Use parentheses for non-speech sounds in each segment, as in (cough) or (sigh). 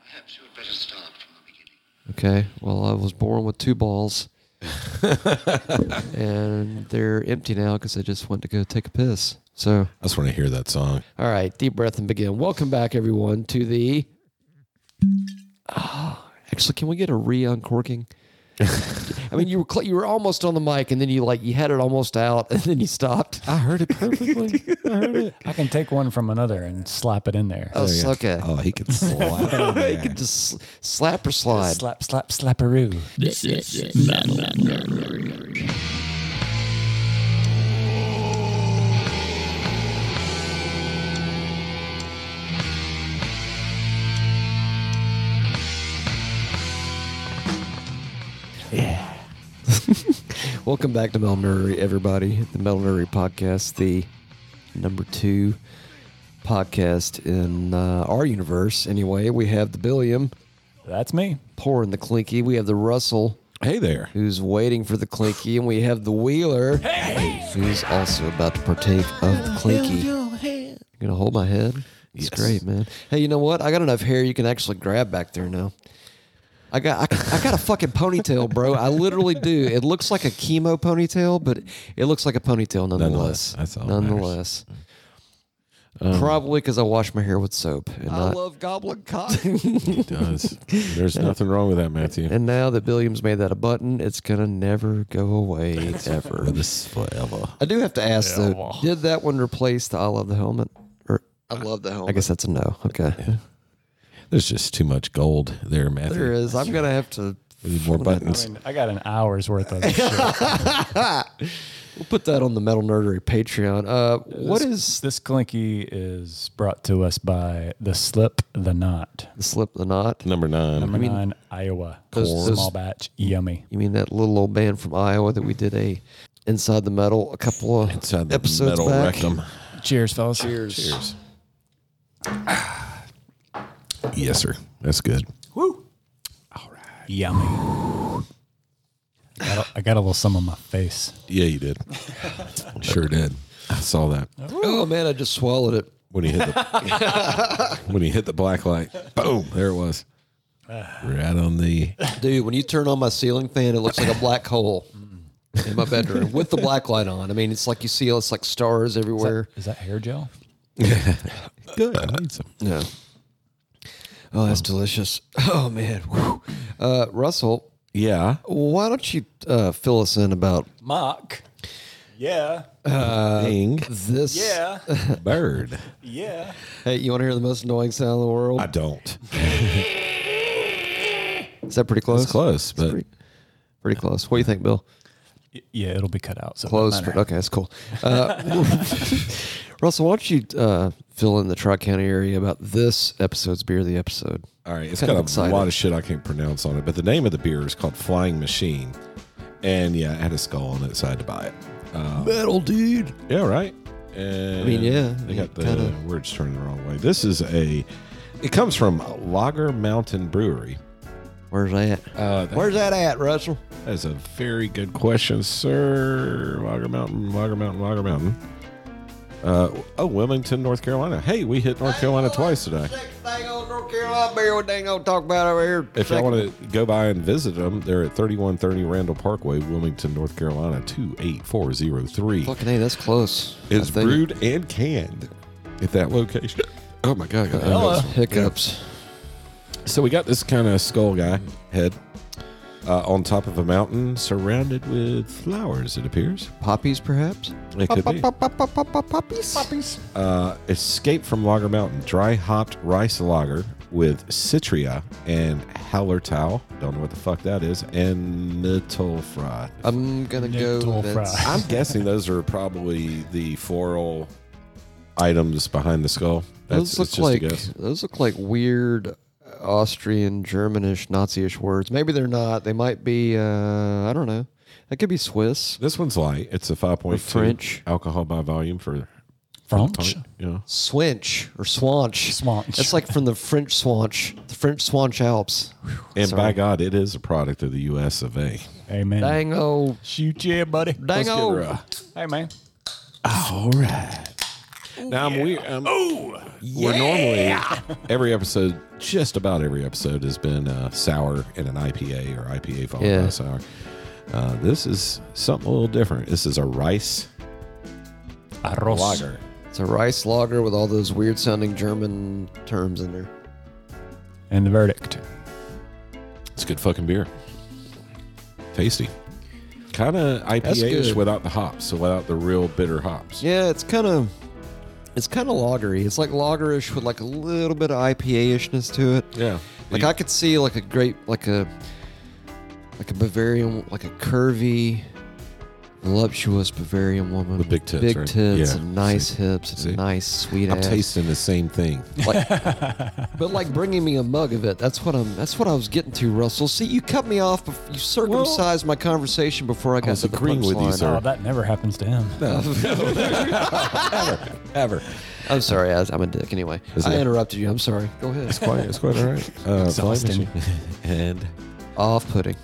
Perhaps you had better start from the beginning. Okay. Well, I was born with two (laughs) balls, and they're empty now because I just went to go take a piss. So, I just want to hear that song. all right, deep breath and begin. Welcome back, everyone, to the. (sighs) Ah, actually, can we get a re (laughs) uncorking? I mean, you were cl- you were almost on the mic, and then you like you had it almost out, (laughs) and then you stopped. I heard it perfectly. I heard it. I can take one from another and slap it in there. (laughs) Oh, s- okay. Oh, he can slap. it (laughs) in You there. could just sl- slap or slide. Slap, slap, slapperoo. Welcome back to Metal Nerdery, everybody. The Metal Nerdery podcast, the number two podcast in uh, our universe. Anyway, we have the Billiam That's me. pouring the clinky. We have the Russell Hey there. who's waiting for the clinky, and we have the Wheeler who's also about to partake of the clinky. You gonna hold my head? It's Yes. great, man. Hey, you know what? I got enough hair you can actually grab back there now. I got I, I got a fucking ponytail, bro. I literally do. It looks like a chemo ponytail, but it looks like a ponytail nonetheless. Nonetheless, that's all that matters. nonetheless. Probably because I wash my hair with soap and not Um, love goblin cock. He does. There's nothing wrong with that, Matthew. (laughs) And now that Billiam's made that a button, it's gonna never go (laughs) away ever. this forever. I do have to ask though, did that one replace the I love the helmet? Or I love the helmet. I guess that's a no. Okay. There's just too much gold there, Matthew. There is. I'm gonna have to We need more I buttons. mean, I got an hour's (laughs) worth of shit. we'll put that on the Metal Nerdery Patreon. Uh what is This clinky is brought to us by the slip, the knot. the slip the knot? Number nine. Number nine, Iowa. Those- those- Small batch, yummy. You mean that little old band from Iowa that we did a Inside the Metal a couple of Inside the episodes metal back? rectum. Cheers, fellas. Cheers. Cheers. Yes, sir. That's good. Yummy. I got, a, I got a little some on my face. Yeah, (laughs) you did. sure did. I saw that Oh man, I just swallowed it. when he hit the (laughs) when he hit the black light. Boom! There it was. Ah. Right on the. Dude, when you turn on my ceiling fan, it looks like a black hole in my bedroom with the black light on. I mean, it's like you see, it's like stars everywhere. Is that hair gel? Good. I need some. Yeah. Oh, that's delicious. Oh man, Whew. uh, Russell, Yeah. why don't you uh, fill us in about Mock. Yeah. Ding. this? Bird. Yeah. Hey, you want to hear the most annoying sound in the world? I don't. Is that pretty close? It's close, but pretty, pretty close. What do you think, Bill? Yeah, it'll be cut out. So it doesn't Close. matter. but- okay, that's cool. Uh, Russell, why don't you uh, fill in the Tri County area about this episode's beer of the episode? All right, it's Kind got of a excited. lot of shit I can't pronounce on it, but the name of the beer is called Flying Machine, and yeah, it had a skull on it, so I had to buy it. Um, Metal, dude. Yeah, right. And I mean, yeah, they got the kinda. words turned the wrong way. This is a. It comes from Lager Mountain Brewery. Where's that? Uh, that- Where's that at, Russell? that is a very good question, sir. Lager Mountain, Lager Mountain, Lager Mountain. Uh, oh, Wilmington, North Carolina. Hey, we hit North Carolina twice today. Dang old North Carolina beer, what dang old talk about over here? If y'all want to go by and visit them, they're at 3130 Randall Parkway, Wilmington, North Carolina, 28403. Fucking hey, that's close. It's I think- brewed and canned at that location. Oh my God. I got Hello. hiccups. Hiccups. So we got this kind of skull guy head uh, on top of a mountain surrounded with flowers, it appears. Poppies, perhaps? It could be. Poppies. Uh, Escape from Lager Mountain, dry hopped rice lager with Citria and Hallertau. Don't know what the fuck that is. And Mittelfrei. I'm gonna go. Nipple That's, fry. I'm guessing those are probably the floral items behind the skull. That's those it's look just like a guess. those look like weird Austrian, Germanish, Nazi-ish words. Maybe they're not. They might be. Uh, I don't know. That could be Swiss, This one's light. It's a 5.2 French. alcohol by volume for French. you know. Swinch, or Swanch. Swanch. That's like from the French Swanch, the French Swanch Alps. And by God, it is a product of the U.S. of A. Amen. Dang oh. old, Shoot yeah, buddy. dang Let's give her old. a- Hey, man. All right. now I'm weird. I'm, We're normally every episode, just about every episode, has been uh, sour and an IPA or IPA followed by Yeah. by sour. Uh, this is something a little different. This is a rice Arroz. lager. It's a rice lager with all those weird sounding German terms in there. And the verdict. It's good fucking beer. Tasty. Kind of IPA-ish good. without the hops, so without the real bitter hops. Yeah, it's kind of it's kind of lagery. It's like lagerish with like a little bit of IPA-ishness to it. Yeah. Like You- I could see like a great like a like a Bavarian like a curvy voluptuous Bavarian woman. The big with tits, big right? tits Yeah. and nice hips and See? a nice sweet I'm ass. tasting the same thing. Like, but like bringing me a mug of it. That's what I'm. That's what I was getting to, Russell. See, you cut me off. Before, you circumcised my conversation before I got was to the agreeing with you, punchline. sir. Oh, that never happens to him. (laughs) Ever. I'm sorry. I, I'm a dick. Anyway, Is I it- interrupted you. I'm sorry. Go ahead. It's quite, it's quite all right. Uh, Exhausting. fly machine. (laughs) and Off-putting.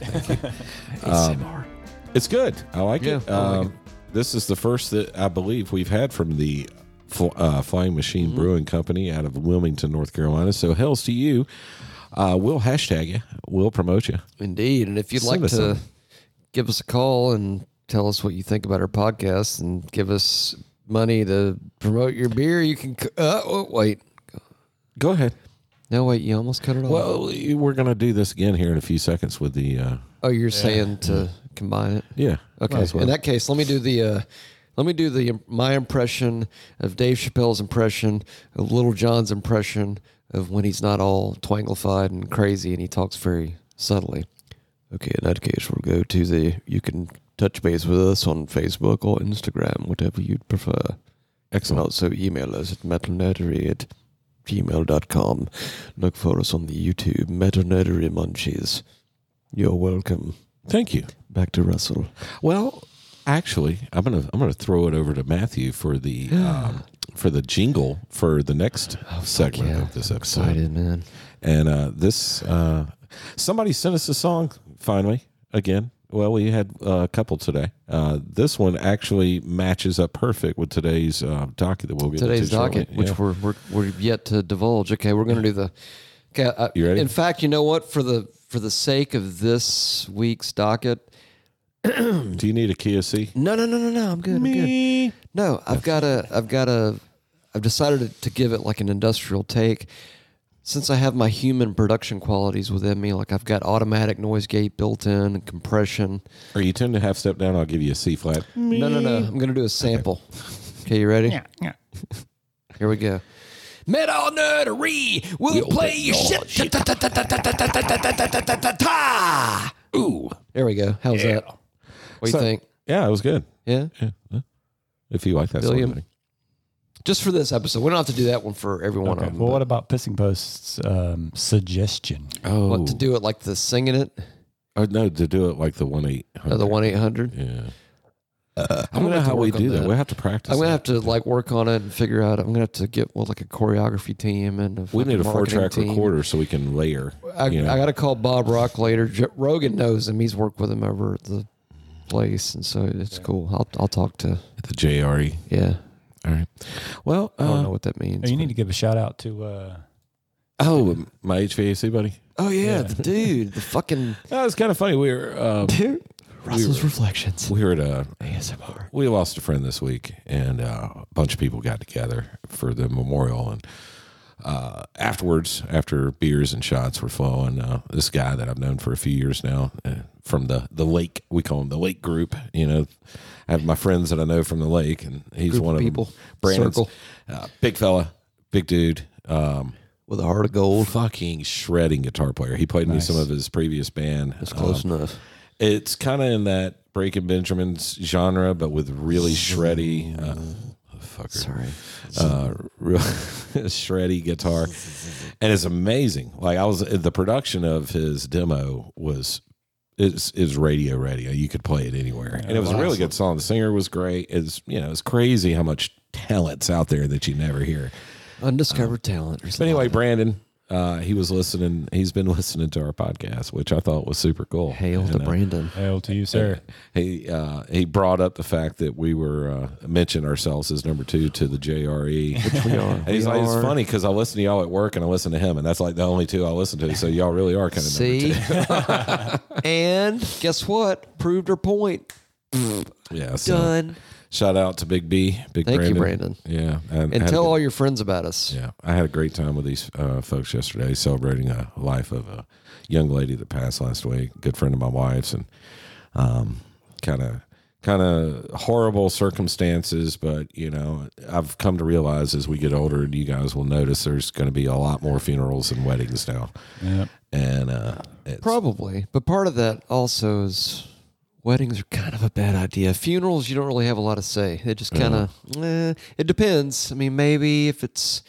it's good. I like Yeah, it. I like Um, This is the first that I believe we've had from the fl- uh, Flying Machine Brewing Company out of Wilmington, North Carolina. So, hells to you. Uh, we'll hashtag you. We'll promote you. Indeed. And if you'd Send like us to some. give us a call and tell us what you think about our podcast and give us money to promote your beer, you can. c- Uh, oh, wait. Go ahead. No, wait. You almost cut it off. Well, we're going to do this again here in a few seconds with the. Uh, oh, you're saying to combine it. yeah. might Okay. as well. In that case, let me do the uh, let me do the my impression of Dave Chappelle's impression of Little John's impression of when he's not all twanglified and crazy and he talks very subtly. Okay, in that case, we'll go to the. You can touch base with us on Facebook or Instagram, whatever you'd prefer. And Excellent. also email us at metalnerdery at gmail.com. Look for us on the YouTube, Metal Nerdery Munchies. You're welcome. Thank you. Back to Russell. Well, actually, I'm gonna I'm gonna throw it over to Matthew (gasps) for the um, for the jingle for the next segment Oh, yeah. of this episode. Excited, man. And uh, this uh, somebody sent us a song finally again. Well, we had uh, a couple today. Uh, this one actually matches up perfect with today's uh, docket that we'll get today's to shortly. docket, which Yeah. we're, we're we're yet to divulge. Okay, we're going to do the. Okay, uh, You ready? In fact, you know what? For the for the sake of this week's docket, do you need a key of C? no, no, no, no, no. Mm, I'm good. I'm good. Me. No, I've got a. I've got a. I've decided to give it like an industrial take. Since I have my human production qualities within me, like I've got automatic noise gate built in and compression. Or you tend to half step down. I'll give you a C flat. No, no, no. I'm going to do a sample. Okay, you ready? Here we go. Metal nerdery, we'll play your shit. Ta- ta- ta- ta- ta- ta- ta- ta- ta- ta- ta- ta- ta- ta- ta. Ooh. There we go. How's that? What do you So- think? Yeah, it was good. Yeah. If you like that sort Billion. of thing. Just for this episode, we don't have to do that one for everyone. Okay. on, Well, what about Pissing Post's um, suggestion? Oh, what to do it like the singing it, Oh, no, to do it like the one eight or hundred. Oh, the one eight hundred. Yeah. I Uh, I'm don't gonna know have how to we work on do that. that. We'll have to practice. I'm gonna that. have to like work on it and figure out. I'm gonna have to get well like a choreography team and we need a fucking four track marketing team. recorder so we can layer. I, you know. I got to call Bob Rock later. J- Rogan knows him. He's worked with him over at the place, and so it's cool. I'll I'll talk to the JRE. yeah. All right. Well, I don't uh, know what that means. Oh, you but- need to give a shout out to uh, oh, my HVAC buddy. oh yeah, the dude, the fucking That was kind of funny. We were (laughs) uh, dude. Russell's reflections. we were at a ASMR. we lost a friend this week, and uh, a bunch of people got together for the memorial. And uh, afterwards, after beers and shots were flowing, uh, this guy that I've known for a few years now uh, from the the lake, we call him the Lake Group. You know, I have my friends that I know from the lake, and he's Group of one of people. them. Brandon's, Circle. uh, big fella, big dude. Um, With a heart of gold. fucking shredding guitar player. He played me some of his previous band. Um, It's close enough. It's kind of in that Breaking Benjamin's genre, but with really shreddy, uh, fucker, Sorry. uh, real (laughs) shreddy guitar, and it's amazing. Like I was, the production of his demo was. It's, it's radio radio. You could play it anywhere, and it was a really good song. The singer was great. It's you know it's crazy how much talent's out there that you never hear. Undiscovered talent. Or But something. anyway, Brandon, uh, he was listening. He's been (laughs) listening to our podcast, which I thought was super cool. Hail And, to uh, Brandon. Hail to you, sir. He uh, he brought up the fact that we were uh, mentioned ourselves as number two to the JRE. Which (laughs) We are. he's we like, it's are- funny because I listen to y'all at work and I listen to him, and that's like the only two I listen to. So y'all really are kind (laughs) of See? (laughs) and guess what? Proved her (laughs) point. yeah. So Done. shout out to Big B, Big Thank you, Brandon. Brandon. Yeah, And had a tell good- all your friends about us. Yeah, I had a great time with these uh, folks yesterday, celebrating a life of a young lady that passed last week. Good friend of my wife's, and kind of kind of horrible circumstances. But you know, I've come to realize as we get older, and you guys will notice, there's going to be a lot more funerals and weddings now, Yeah. and uh, it's, Probably. But part of that also is weddings are kind of a bad idea. Funerals, you don't really have a lot to say. It just kind of, eh, it depends. I mean, maybe if it's,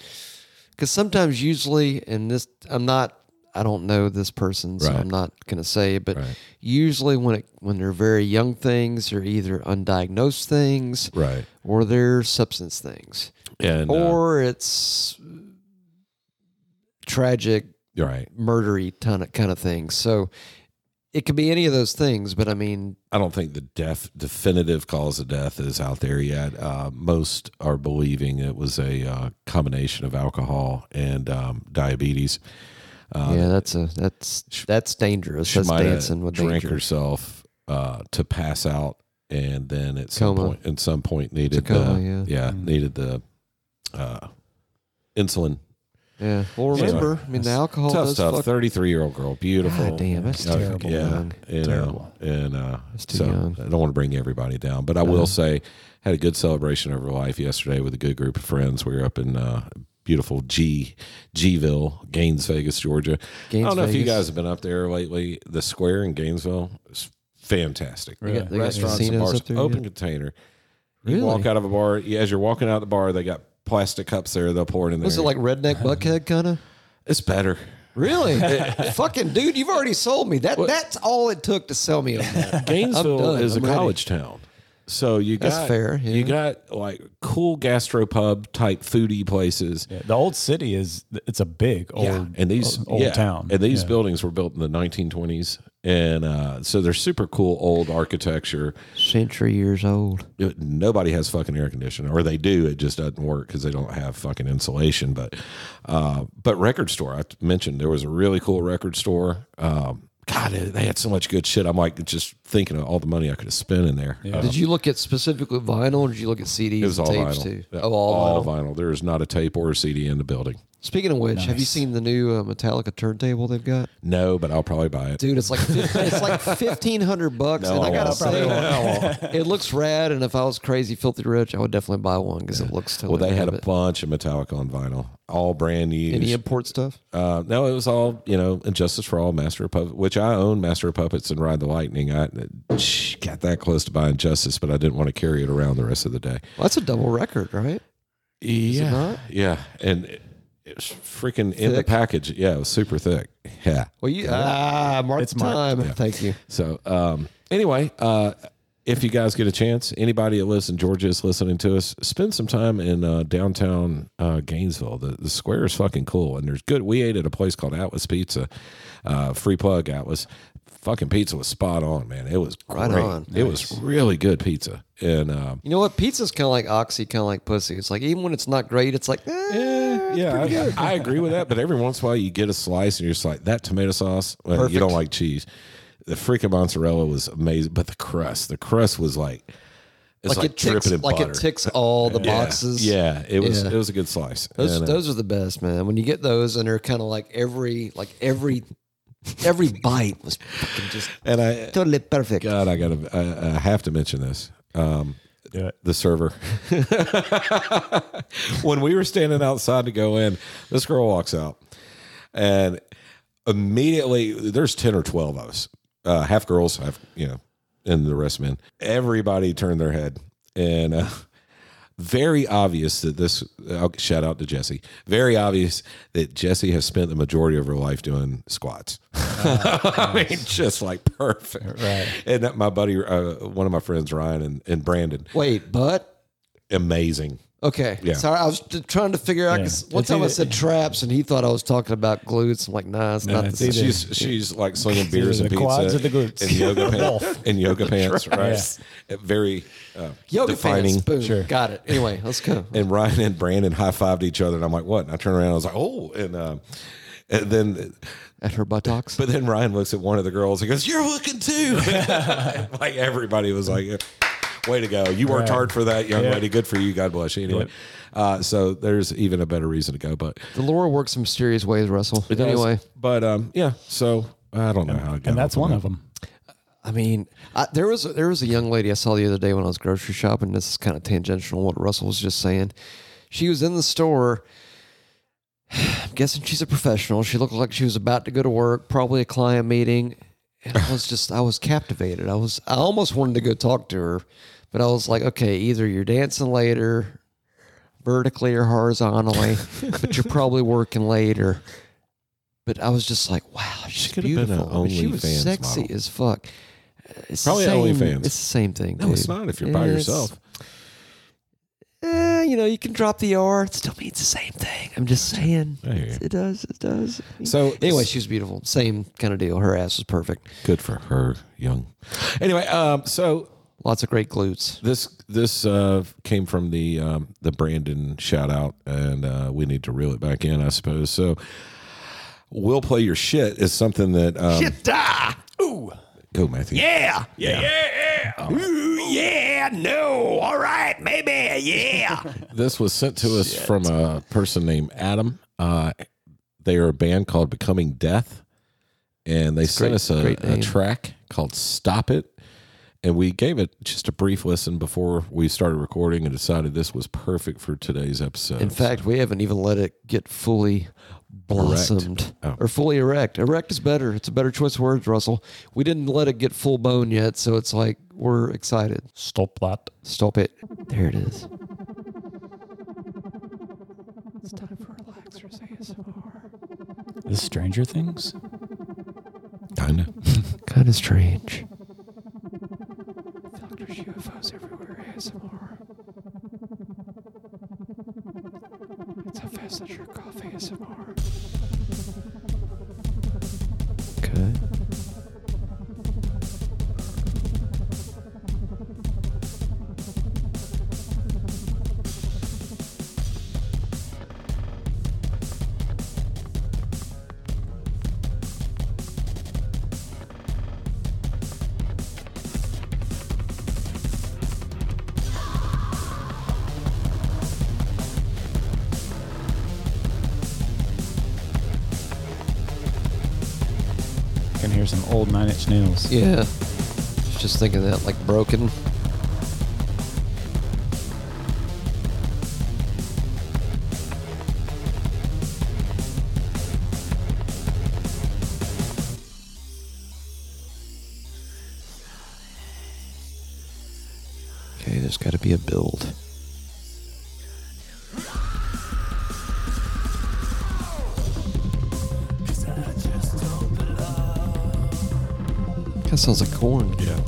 because sometimes usually, and this, I'm not, I don't know this person, so Right. I'm not going to say, but Right. usually when it, when they're very young things, they're either undiagnosed things right, or they're substance things, and uh, or or it's tragic right. murdery ton of kind of thing. So it could be any of those things, but I mean, I don't think the def- definitive cause of death is out there yet. Uh, most are believing it was a uh, combination of alcohol and um, diabetes. Uh, yeah, that's a that's that's dangerous. she That's might have dancing with drank danger. herself uh, to pass out, and then at some Coma. point, at some point, needed coma, the yeah. Mm. needed the uh, insulin. Yeah. Well, remember, I mean, the alcohol Tough does stuff. fuck. Thirty-three year old girl, beautiful. God damn, that's Uh, terrible. Yeah, man. you know, Terrible. and uh, That's too so young. I don't want to bring everybody down, but I will say, had a good celebration over life yesterday with a good group of friends. We were up in uh, beautiful G Gville, Gaines, Vegas, Georgia. I Gaines, don't know if you Vegas. guys have been up there lately. The square in Gainesville is fantastic. They got- they got Restaurants and casinos bars, up there, open yeah. container. Really? You walk out of a bar yeah, as you're walking out the bar, they got plastic cups there. They'll pour it in there. Was it like (laughs) redneck buckhead kind of? it's better. (laughs) Really? Fucking dude, you've already sold me. That that's all it took to sell (laughs) me on that. (laughs) Gainesville done. is a I'm ready. college town. So you got That's fair, yeah. You got like cool gastropub type foodie places. Yeah, The old city is it's a big old And these old yeah, town. And these Yeah. buildings were built in the 1920s and uh, so they're super cool old architecture. Century years old. It- nobody has fucking air conditioning or they do it just doesn't work because they don't have fucking insulation but uh but record store i mentioned there was a really cool record store um god they had so much good shit i'm like just thinking of all the money i could have spent in there Uh, Did you look at specifically vinyl or did you look at CDs it was and all tapes vinyl too? Yeah, Oh, all, vinyl. vinyl. there is not a tape or a cd in the building Speaking of which, have you seen the new uh, Metallica turntable they've got? no but i'll probably buy it dude. It's like fif- it's (laughs) like fifteen hundred bucks, No, and I I gotta won't. say, (laughs) it looks rad. And if I was crazy, filthy rich, I would definitely buy one because it looks well totally. they had a rad, but- bunch of metallica on vinyl all brand new any import stuff. Uh, no, it was all you know, Injustice for All, Master of Puppets, which I own Master of Puppets and Ride the Lightning. I sh- got that close to buying Justice, but I didn't want to carry it around the rest of the day. Well, that's a double record, right? Yeah, not? yeah, and it, it was freaking in the Thick. package. Yeah, it was super thick. Yeah. Well, you ah, mark It's the marked. time. Thank you. So um, anyway, uh, if you guys get a chance, anybody that lives in Georgia is listening to us, spend some time in uh, downtown uh, Gainesville. The, the square is fucking cool, and there's good. We ate at a place called Atlas Pizza. Uh, free plug, Atlas. Fucking pizza was spot on, man. It was great. Right on. It was really good pizza, and um, You know what? Pizza's kind of like oxy, kind of like pussy. It's like even when it's not great, it's like eh, yeah, yeah, I, I agree with that. But every once in a while, you get a slice and you're just like, that tomato sauce, well, you don't like cheese. The freaking mozzarella was amazing, but the crust, the crust was like, it's like, like, it dripping ticks, in like butter. it ticks all the (laughs) yeah. boxes. Yeah, it was Yeah. it was a good slice. Those And, uh, those are the best, man. When you get those and they're kind of like every like every every bite was fucking just and I, totally perfect. God, I gotta, I, I have to mention this. Um, Do it. the server. (laughs) when we were standing outside to go in, this girl walks out and immediately there's 10 or 12 of us, uh, half girls, half, you know, and the rest men. Everybody turned their head and, uh, very obvious that this I'll shout out to Jesse. Very obvious that Jesse has spent the majority of her life doing squats. (laughs) I mean, just like perfect. Right. And that my buddy, uh, one of my friends, Ryan and, and Brandon, Wait, but amazing. Okay. Yeah. Sorry, I was t- trying to figure out. Yeah. 'cause One It's time I either- said traps, and he thought I was talking about glutes. I'm like, nah, it's not the it's same. either- she's she's like (laughs) slinging beers the and pizza quads or the glutes. and (laughs) yoga pants and yoga pants, right? Very uh, Yoga defining. pants. Boom. Sure. Got it. Anyway, let's go. and Ryan and Brandon high fived each other, and I'm like, "What?" And I turn around, and I was like, "Oh!" And, um, and then, (laughs) At her buttocks. but then Ryan looks at one of the girls and goes, "You're looking (laughs) too." (laughs) And, like everybody was like, "Way to go! You worked Right. hard for that, young Yeah. lady. Good for you. God bless you." Anyway, Yep. uh, so there's even a better reason to go, but the Laura works in mysterious ways, Russell. But anyway, but um, yeah. So I don't know how it got and that's up on one that. of them. I mean, I, there was there was a young lady I saw the other day when I was grocery shopping. This is kind of tangential to what Russell was just saying. She was in the store. I'm guessing she's a professional. She looked like she was about to go to work, probably a client meeting. And I was just, I was captivated. I was, I almost wanted to go talk to her, but I was like, okay, either you're dancing later, vertically or horizontally, but you're probably working later. But I was just like, wow, she's could have been beautiful. a I mean, she was OnlyFans sexy model. as fuck. It's Probably the at same, OnlyFans. It's the same thing. No, it's dude. not. If you're by It's- yourself, Eh, you know, you can drop the R. It still means the same thing. I'm just saying. I hear you. It does. It does. So anyway, she was beautiful. Same kind of deal. Her ass was perfect. good for her, young. Anyway, um, so Lots of great glutes. This this uh, came from the um, the Brandon shout out, and uh, we need to reel it back in, I suppose. So, we'll play your shit is something that um, shit die. Ooh, go Matthew. Yeah. Yeah. Yeah. yeah. Ooh, yeah. No. All right. Maybe. Yeah. (laughs) This was sent to us from a person named Adam. Uh, they are a band called Becoming Death, and they sent great- us a, great a name. track called "Stop It." And we gave it just a brief listen before we started recording, and decided this was perfect for today's episode. In fact, we haven't even let it get fully blossomed Oh. or fully erect. Erect is better. It's a better choice of words, Russell. We didn't let it get full bone yet, so it's like we're excited. Stop that. Stop it. There it is. Is Stranger Things? kind of. Kind of strange. Okay. Can hear some old Nine Inch Nails. Yeah. I was just thinking that, like broken. Okay, there's got to be a build. That sounds like corn. Yeah.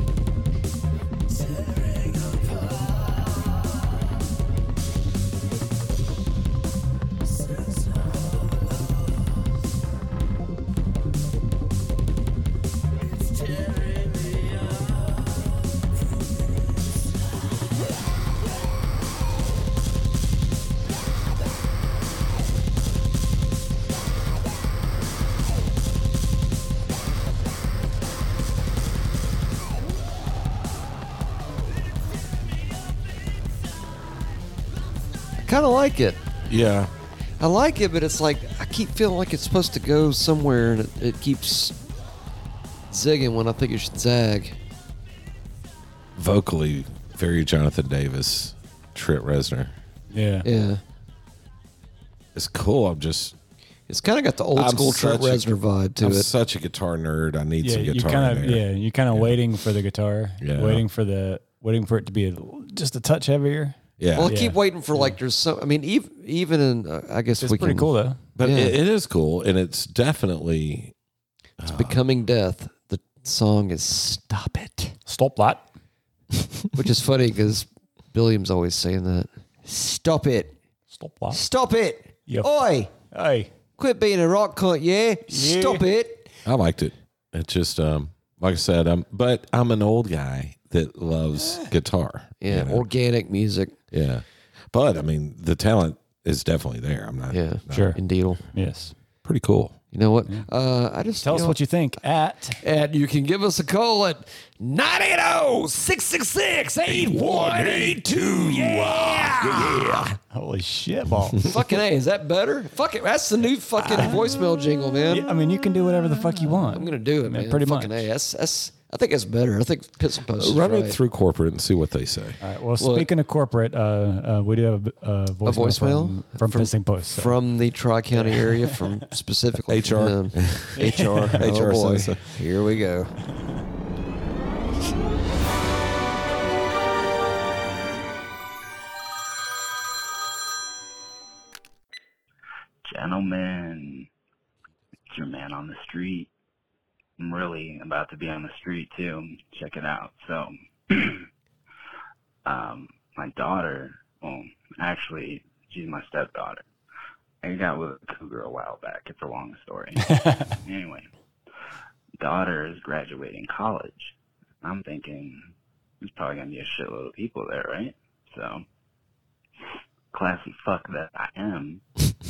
I kind of like it. Yeah. I like it, but it's like I keep feeling like it's supposed to go somewhere, and it, it keeps zigging when I think it should zag. Vocally, very Jonathan Davis, Trent Reznor. Yeah. Yeah, It's cool. I'm just it's kind of got the old I'm school Trent such a- Reznor vibe to I'm it. such a guitar nerd. I need Yeah, some you guitar kind in of there. yeah, you're kind of waiting for the guitar, Yeah. waiting for the waiting for it to be a, just a touch heavier. Yeah. well, I yeah. keep waiting for like there's some. I mean, even even in uh, I guess It's we pretty can. cool though. but yeah. it, it is cool, and it's definitely It's becoming death. The song is "Stop It," Stop that. which is funny because Billiam's always saying that. Stop it. Stop that. Stop it. Yeah. Oi, Hey. quit being a rock cunt, yeah? Stop it. I liked it. It just um like I said, um but I'm an old guy that loves guitar. Yeah, you know? organic music. yeah. But I mean the talent is definitely there. I'm not Yeah, Sure. Indeed. Yes. pretty cool. You know what? Uh, I just Mm-hmm. Tell us know what you think at And you can give us a call at oh, 980 666 8182. Yeah. Holy shit ball. fucking A. Is that better? Fuck it. That's the new fucking voicemail jingle, man. I mean, you can do whatever the fuck you want. I'm gonna do it, man. pretty fucking much. A. That's, that's, I think that's better. I think Pistol Post is Run right. it through corporate and see what they say. All right. Well, speaking of corporate, uh, uh, we do have a voicemail, voicemail? from, from, Pissing Post. so- from the Tri County area, from specifically HR. from them. HR, (laughs) HR Oh boy, says so. here we go. Gentlemen, it's your man on the street. I'm really about to be on the street too. Check it out. So, (clears throat) um, my daughter, well, actually, she's my stepdaughter. I got with a cougar a while back. It's a long story. anyway, daughter is graduating college. I'm thinking there's probably gonna be a shitload of people there, right? So, classy fuck that I am,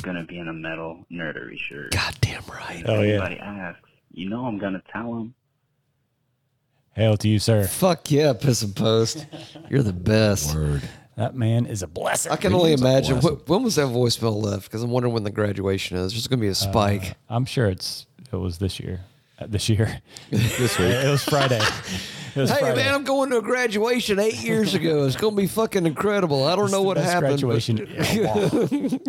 gonna be in a metal nerdery shirt. Goddamn right. Oh, yeah. Anybody asks, you know I'm gonna tell them. Hail to you, sir. Fuck yeah, Piss and Post. You're the best. Word. That man is a blessing. I can only Reading's a imagine. blessing. Wh- when was that voicemail left? Because I'm wondering when the graduation is. There's going to be a spike. I'm sure it's it was this year. Uh, this year. this week. it was Friday. It was Hey Friday. man, I'm going to a graduation eight years ago. It's gonna be fucking incredible. I don't know what It's the best happened. but- (laughs) Graduation.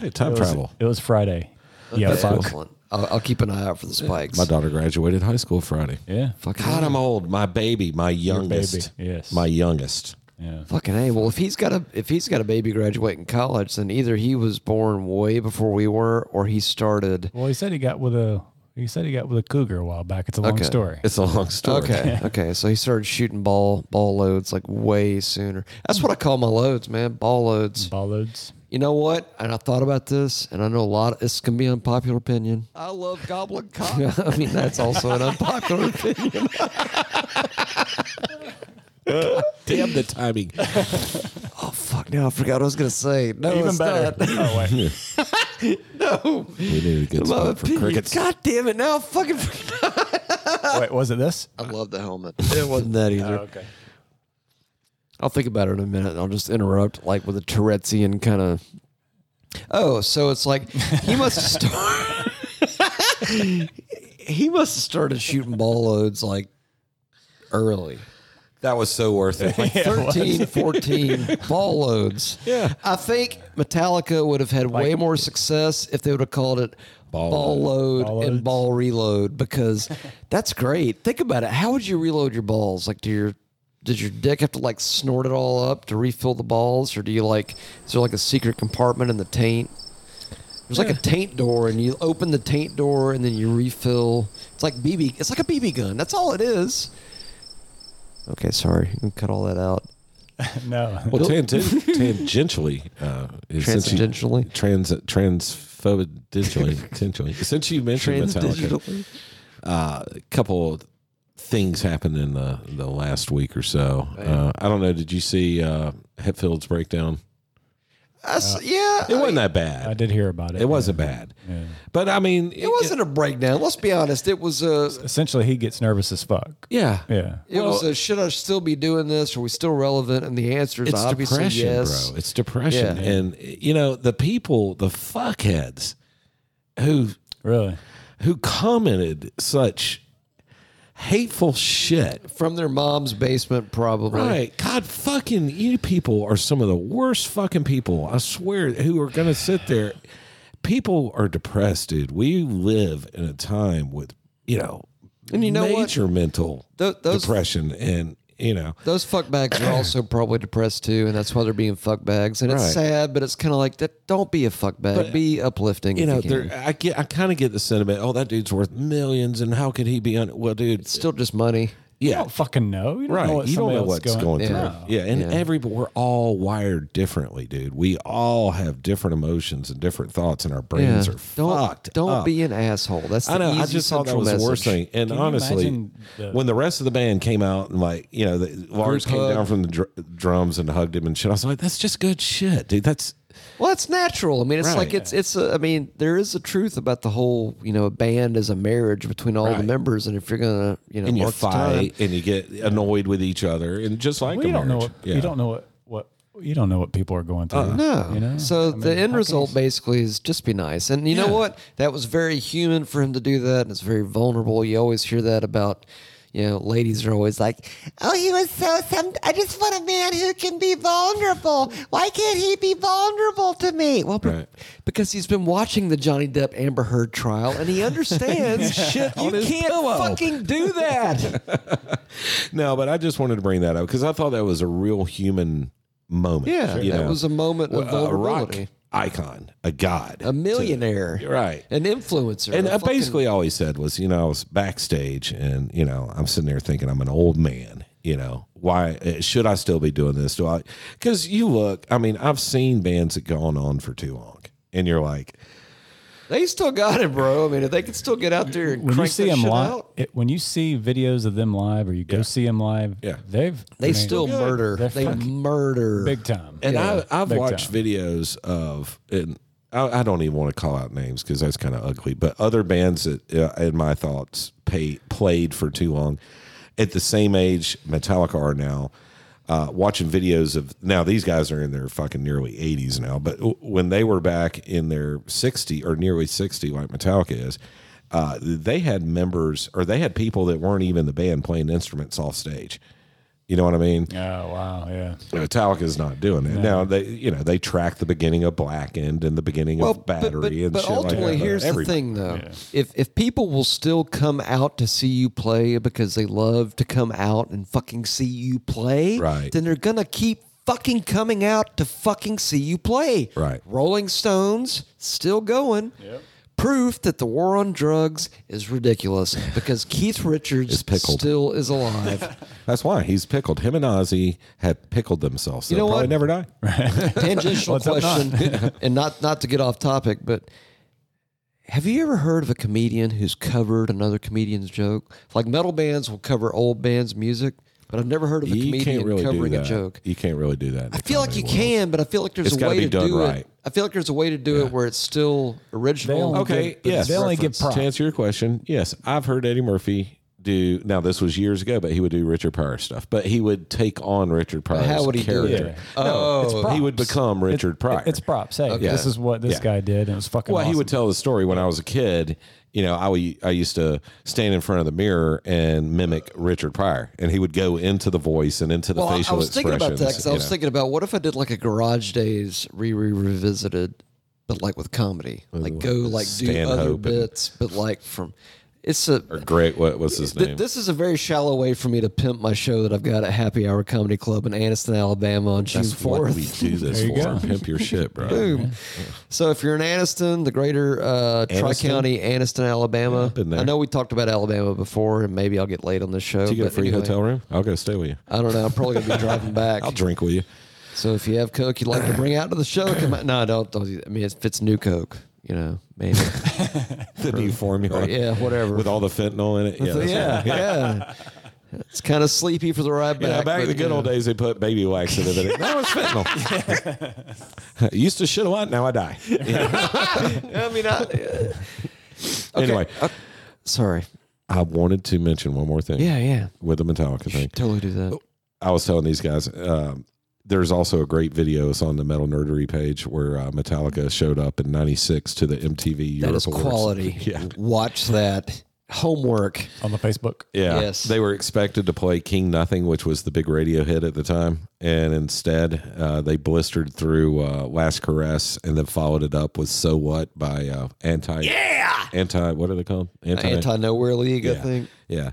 Hey, time it, travel. was, it was Friday. Yeah, That's fuck. excellent. I'll, I'll keep an eye out for the spikes. My daughter graduated high school Friday. Yeah. fucking, God, a. I'm old. My baby, my youngest. baby, yes. My youngest. Yeah. fucking a. Well, if he's got a if he's got a baby graduating college, then either he was born way before we were, or he started. Well, he said he got with a he said he got with a cougar a while back. It's a long Okay. story. It's a long story. (laughs) Okay, okay. So he started shooting ball ball loads like way sooner. That's what I call my loads, man. Ball loads. Bollards. You know what? And I thought about this, and I know a lot. Of, this can be unpopular opinion. I love (laughs) goblin cock. I mean, that's also an unpopular opinion. Damn the timing. Oh fuck! Now I forgot what I was gonna say. No, Even it's better. Not. Oh, (laughs) wait. we need a good My spot for opinion. crickets. God damn it! Now I fucking. forgot. wait, was it this? I love the helmet. (laughs) It wasn't that either. okay. I'll think about it in a minute. and I'll just interrupt, like with a Tourettean kind of. Oh, so it's like he must have started. (laughs) he must have started shooting ball loads like early. That was so worth it. 13, 14 ball loads. Yeah. I think Metallica would have had way more success if they would have called it Ball ball, load, Ball and loads. ball reload because that's great. Think about it. How would you reload your balls? Like, do your did your dick have to like snort it all up to refill the balls, or do you like is there like a secret compartment in the taint? There's like a taint door, and you open the taint door, and then you refill. It's like BB. It's like a BB gun. That's all it is. Okay, sorry. You can cut all that out. (laughs) No. Well, tangen- tangentially, uh, is since you- Transdigitally? trans transphobic, digitally, tangentially. Since you mentioned Metallica, Uh, a couple of things happened in the the last week or so. Uh, I don't know. Did you see uh, Hetfield's breakdown? I s- Uh, yeah, I It wasn't mean, that bad. I did hear about it. It wasn't bad. But I mean, It wasn't a breakdown. Let's be honest. It was a. Essentially, he gets nervous as fuck. Yeah. Yeah. It was a. Should I still be doing this? Are we still relevant? And the answer is It's obviously depression, yes. bro. It's depression. Yeah. And you know, the people, the fuckheads who Really? who commented such hateful shit. From their mom's basement, probably. Right. God fucking you people are some of the worst fucking people, I swear, who are gonna sit there. People are depressed, dude. We live in a time with, you know, And you know what? major mental Tho- those- depression and you know Those fuckbags are (clears throat) also probably depressed too, and that's why they're being fuckbags. And it's Right. sad, but it's kind of like that. Don't be a fuckbag. be uplifting. you if know, you there, can. I get, I kind of get the sentiment. Oh, that dude's worth millions, and how could he be on? Well, dude, it's still just money. You Yeah. don't fucking know. You don't Right. know what you don't somebody know else what's going, going, through. Yeah. Yeah. And Yeah. every, but we're all wired differently, dude. We all have different emotions and different thoughts, and our brains are don't fucked. don't up. be an asshole. That's the I know. I easy just thought that central was the worst message. thing. And Can you honestly, imagine the- when the rest of the band came out and like you know, the, Lars Group came hug. down from the dr- drums and hugged him and shit. I was like, that's just good shit, dude. That's Well, it's natural. I mean, it's Right. like it's it's. A, I mean, there is a truth about the whole you know a band is a marriage between all the Right. members, and if you're gonna you know and you mark the time- fight and you get annoyed with each other and just like Well, a you don't know. marriage. What, You don't know what, what you don't know what people are going through. Uh-uh. No. You know? So I the mean, end how can you result basically is just be nice. And you know Yeah. what? That was very human for him to do that. And it's very vulnerable. You always hear that about, you know, ladies are always like, oh, he was so, some- I just want a man who can be vulnerable. Why can't he be vulnerable to me? Well, be- Right. because he's been watching the Johnny Depp Amber Heard trial and he understands shit. You can't fucking do that. No, but I just wanted to bring that up because I thought that was a real human moment. yeah. you That know? was a moment of a rock vulnerability. icon, a god, A millionaire. right? An influencer. And a I fucking- basically all he said was, you know, I was backstage, and you know, I'm sitting there thinking I'm an old man. You know, why uh, should I still be doing this? Do I? Because you look, I mean, I've seen bands that gone on for too long, and you're like, They still got it, bro. I mean, if they can still get out there and when you crank see that them shit live, out, it, when you see videos of them live, or you go see them live, Yeah. they've they I mean, still murder. They're They fucking murder. big time. and I, I've big watched videos of, and I, I don't even want to call out names because that's kind of ugly, but other bands that, uh, in my thoughts, pay, played for too long at the same age Metallica are now. Uh, watching videos of now these guys are in their fucking nearly 80s now, but w- when they were back in their 60 or nearly 60, like Metallica is, uh, they had members or they had people that weren't even the band playing instruments off stage. You know what I mean? oh wow, yeah. Metallica's not doing it. Now they, you know, they track the beginning of Blackened and the beginning of Battery but, but, and but shit ultimately, like that. here's Everybody- the thing, though. If if people will still come out to see you play because they love to come out and fucking see you play, Right. then they're gonna keep fucking coming out to fucking see you play. Right. Rolling Stones still going. Proof that the war on drugs is ridiculous because Keith Richards pickled. still is alive. That's why he's pickled. Him and Ozzy have pickled themselves. You know They'll probably what? never die. tangential question, (laughs) and not not to get off topic, but have you ever heard of a comedian who's covered another comedian's joke? Like metal bands will cover old bands' music, but I've never heard of a You comedian can't really covering do a that. joke. You can't really do that. in I the feel like comedy you world. can, but I feel like there's It's a gotta way be to done do it. right. I feel like there's a way to do it where it's still original. only Okay. But yes. they only give props. To answer your question, yes, I've heard Eddie Murphy do. Now this was years ago, but he would do Richard Pryor stuff. But he would take on Richard Pryor's how would he do it? character. Oh, No, he would become Richard Pryor. It's props. Hey, this is what this Yeah. guy did, and it was fucking. Well, he awesome. would tell the story when I was a kid. You know, I, w- I used to stand in front of the mirror and mimic Richard Pryor, and he would go into the voice and into the Well, I- I facial was thinking about that expressions, because I you was know. thinking about what if I did like a Garage Days re re revisited, but like with comedy, like go like do Stanhope other and- bits, but like from it's a Great. What was his Th- name? this is a very shallow way for me to pimp my show that I've got at Happy Hour Comedy Club in Anniston, Alabama on June That's what we fourth. do this There you for. go. Pimp your shit, bro. Boom. So if you're in Anniston, the greater uh, Tri County, Anniston, Alabama. I've been there. I know we talked about Alabama before, and maybe I'll get late on this show. Do you get a but free anyway, hotel room? I'll go stay with you. I don't know. I'm probably gonna be (laughs) driving back. I'll drink with you. so if you have Coke you'd like to bring out to the show, come out. No, don't. don't do that. I mean, if it's new Coke, you know, (laughs) maybe. The new formula. yeah, whatever. With all the fentanyl in it. Yeah. that's yeah, right. yeah. It's kind of sleepy for the ride back. Yeah, back but, in the good you old know. days, they put baby laxative in it. That was fentanyl. (laughs) (laughs) Used to shit a lot. Now I die. (laughs) I mean, I, Anyway, sorry. I wanted to mention one more thing. Yeah, yeah. With the Metallica thing. Totally do that. I was telling these guys, um, there's also a great video. It's on the Metal Nerdery page where uh, Metallica showed up in '96 to the MTV Europe that is Awards. quality. (laughs) Yeah. Watch that. Homework. on the Facebook. Yeah, Yes. they were expected to play King Nothing, which was the big radio hit at the time, and instead uh, they blistered through uh, Last Caress, and then followed it up with So What by uh, Anti. Yeah. Anti. What are they called? Anti Nowhere League, I Yeah. think. Yeah.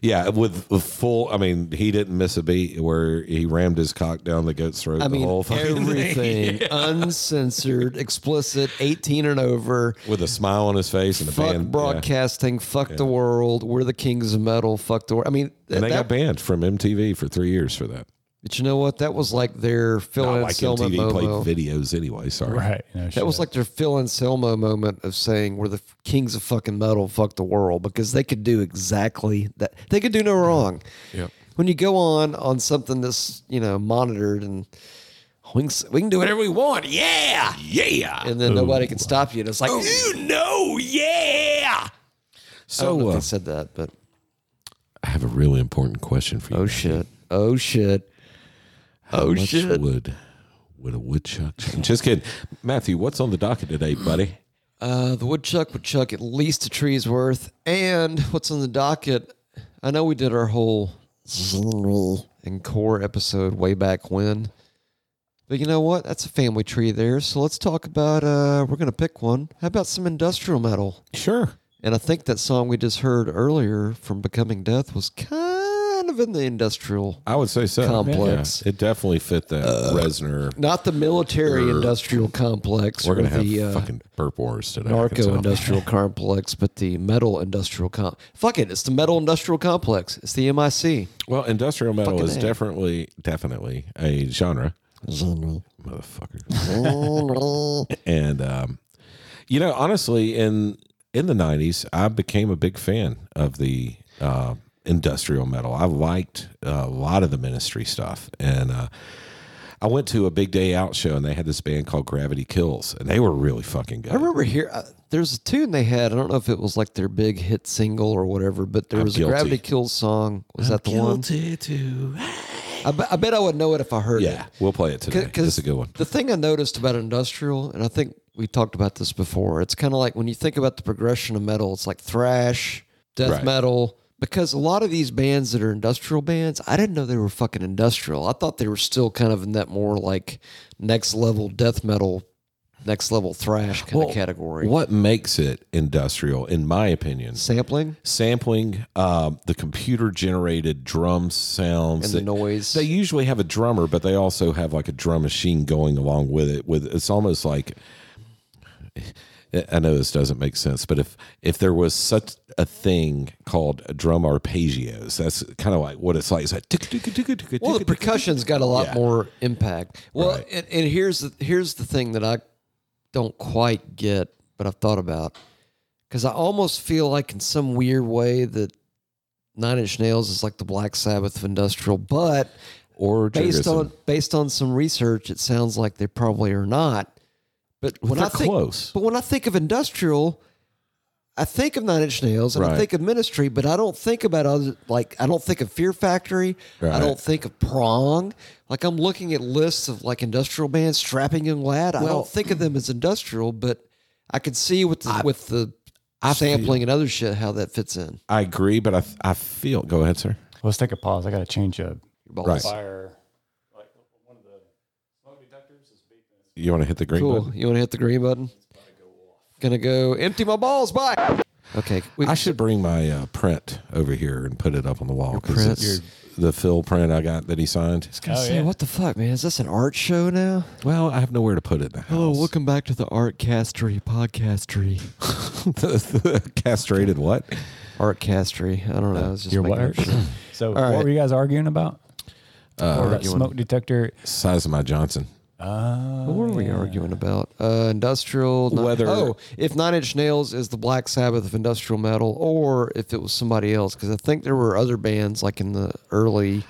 Yeah. With, with full, I mean, he didn't miss a beat where he rammed his cock down the goat's throat I the mean, whole fucking (laughs) thing. everything uncensored, explicit, 18 and over. With a smile on his face and a Fuck band. Yeah. broadcasting. Fuck the world. We're the kings of metal. Fuck the world. I mean, And they that- got banned from MTV for three years for that. but you know what? That was like their Phil Not like Anselmo MTV played moment. videos anyway. Sorry. Right. No That was like their Phil Anselmo moment of saying we're the f- kings of fucking metal, fuck the world, because they could do exactly that. They could do no wrong. Yep. When you go on on something that's you know monitored and we can, s- we can do whatever we want, yeah, Yeah. and then nobody can stop you. And it's like I You know, yeah. don't know So if uh, they said that, but I have a really important question for you. oh shit, oh shit, oh Much shit. wood would a woodchuck? Just kidding, Matthew. What's on the docket today, buddy? Uh, the woodchuck would chuck at least a tree's worth. And what's on the docket? I know we did our whole and core episode way back when, but you know what? That's a family tree there. So let's talk about. Uh, we're gonna pick one. How about some industrial metal? Sure. And I think that song we just heard earlier from Becoming Death was kind of in the industrial, I would say so. Complex. Uh, Yeah, it definitely fit that Resner. not the military industrial complex. Er, We're or gonna have the, uh, fucking burp wars today. I can narco tell. industrial complex, but the metal industrial com. Fuck it, it's the metal industrial complex. It's the MIC. Well, industrial metal Fucking is A. definitely definitely a genre, motherfucker. and um, you know, honestly, in in the '90s, I became a big fan of the uh, industrial metal. I liked uh, a lot of the Ministry stuff, and uh, I went to a big day out show, and they had this band called Gravity Kills, and they were really fucking good. I remember here uh, there's a tune they had. I don't know if it was like their big hit single or whatever, but there I'm was guilty. a Gravity Kills song. Was that the Guilty to- one? I, be- I bet I would know it if I heard Yeah, it. we'll play it today. It's a good one. The thing I noticed about industrial, and I think we talked about this before, it's kind of like when you think about the progression of metal, it's like thrash, death Right. metal. Because a lot of these bands that are industrial bands, I didn't know they were fucking industrial. I thought they were still kind of in that more like next level death metal, next level thrash kind Well, of category. What makes it industrial, in my opinion, Sampling sampling um, the computer generated drum sounds and the that- noise. They usually have a drummer, but they also have like a drum machine going along with it. With it's almost like I know this doesn't make sense, but if if there was such a thing called drum arpeggios, that's kind of like what it's like. It's like tick, tick, tick, tick, tick, Well, the tick, tick, tick. percussion's got a lot Yeah. more impact. Well, Right. and, and here's the, here's the thing that I don't quite get, but I've thought about because I almost feel like in some weird way that Nine Inch Nails is like the Black Sabbath of industrial, but or based Jurgensen. on based on some research, it sounds like they probably are not. But when They're I think, close. but when I think of industrial, I think of Nine Inch Nails and I Right. think of Ministry, but I don't think about other like I don't think of Fear Factory. I Right. don't think of Prong. Like I'm looking at lists of like industrial bands, Strapping Young Lad. I Well- don't think of them as industrial, but I could see with the, with the feel- sampling and other shit how that fits in. I agree, but I I feel. Go ahead, sir. Let's take a pause. I got to change a Right. fire. You want to hit the green Cool. button? You want to hit the green button? Gonna go empty my balls. Bye. Okay. We, I should bring my uh, print over here and put it up on the wall prints? it's the Phil print I got that he signed. Oh, say, yeah. what the fuck, man? Is this an art show now? Oh, Well, I have nowhere to put it. In the house. back to the Art Castery podcastery. (laughs) the, the castrated what? Art Castery. I don't know. I Uh, was just Your making what? up shit. (laughs) So All what right. were you guys arguing about? Uh, Or that arguing- smoke detector. Size of my Johnson. Uh, What were Oh, we arguing about? Uh, industrial. ni- Whether- Oh, if Nine Inch Nails is the Black Sabbath of industrial metal, or if it was somebody else, because I think there were other bands like in the early,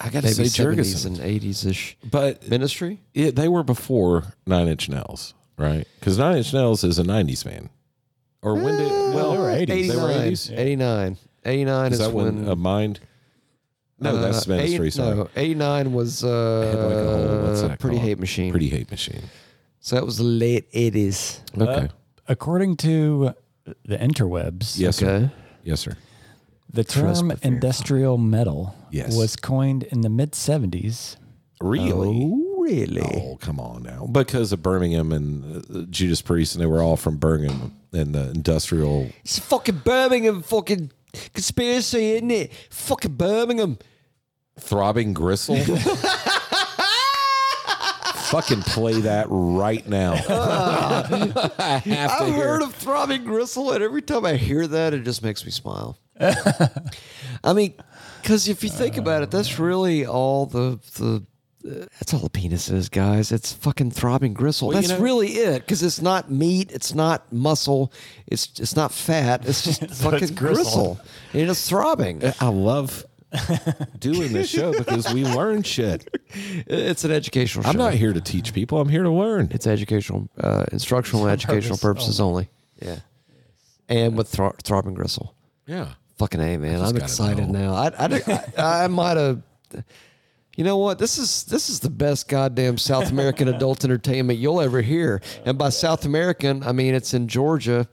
I got to maybe say seventies Jurgensen, and eighties ish. but Ministry. it, they were before Nine Inch Nails, right? Because Nine Inch Nails is a '90s band. Or when did? Well, they were 80s. They were 89, 80s? 89. 89 is is that when, when. a mind? No, that's uh, Ministry. eight- sorry. No, 89 was had like a whole- what's uh, that Pretty called? Hate Machine. Pretty Hate Machine. So that was the late 80s. Okay. According to the interwebs, yes. Sir. Okay. Yes, sir. the term but very industrial metal Yes. was coined in the mid 70s. Really? really? Oh, come on now. Because of Birmingham and uh, Judas Priest, and they were all from Birmingham and the industrial. It's fucking Birmingham fucking Conspiracy, isn't it? Fucking Birmingham. Throbbing (laughs) Gristle. Fucking play that right now. I have to I've hear. heard of throbbing gristle, and every time I hear that, it just makes me smile. (laughs) I mean, because if you think about it, that's really all the the. uh, That's all the penis is, guys. It's fucking throbbing gristle. that's you know- really it, because it's not meat, it's not muscle, it's it's not fat. (laughs) It's just fucking gristle. gristle. And it's throbbing. It- I love (laughs) doing this show because we learn shit. It's an educational. I'm show. not here to teach people. I'm here to learn. It's educational, uh, instructional, and educational purpose purposes only. Yeah, and with thro- throbbing gristle. yeah. Fucking a man, just I'm gotta excited now. I I, (laughs) I, I might have. You know what? This is this is the best goddamn South (laughs) American adult entertainment you'll ever hear. And by South American, I mean it's in Georgia,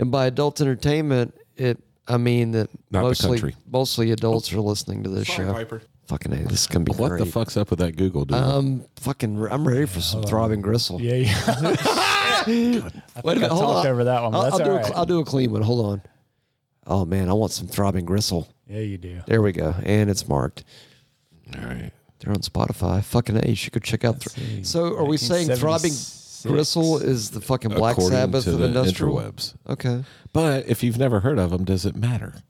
and by adult entertainment, it I mean that Not the mostly country. mostly adults are listening to this show. Fucking a, this is gonna be What great. Um, the fuck's up with that Google dude? I'm fucking. I'm ready for some throbbing gristle. Yeah, (laughs) yeah. Wait a minute, I hold on. talked over that one, but I'll, that's I'll do all a, right. I'll do a clean one. Hold on. Oh man, I want some throbbing gristle. yeah, you do. There we go, and it's marked. All right. They're on Spotify. Fucking a, you should go check out. Th- see, so, are we saying throbbing 1976. gristle is the fucking Black According Sabbath to of the industrial? interwebs. Okay. But if you've never heard of them, does it matter?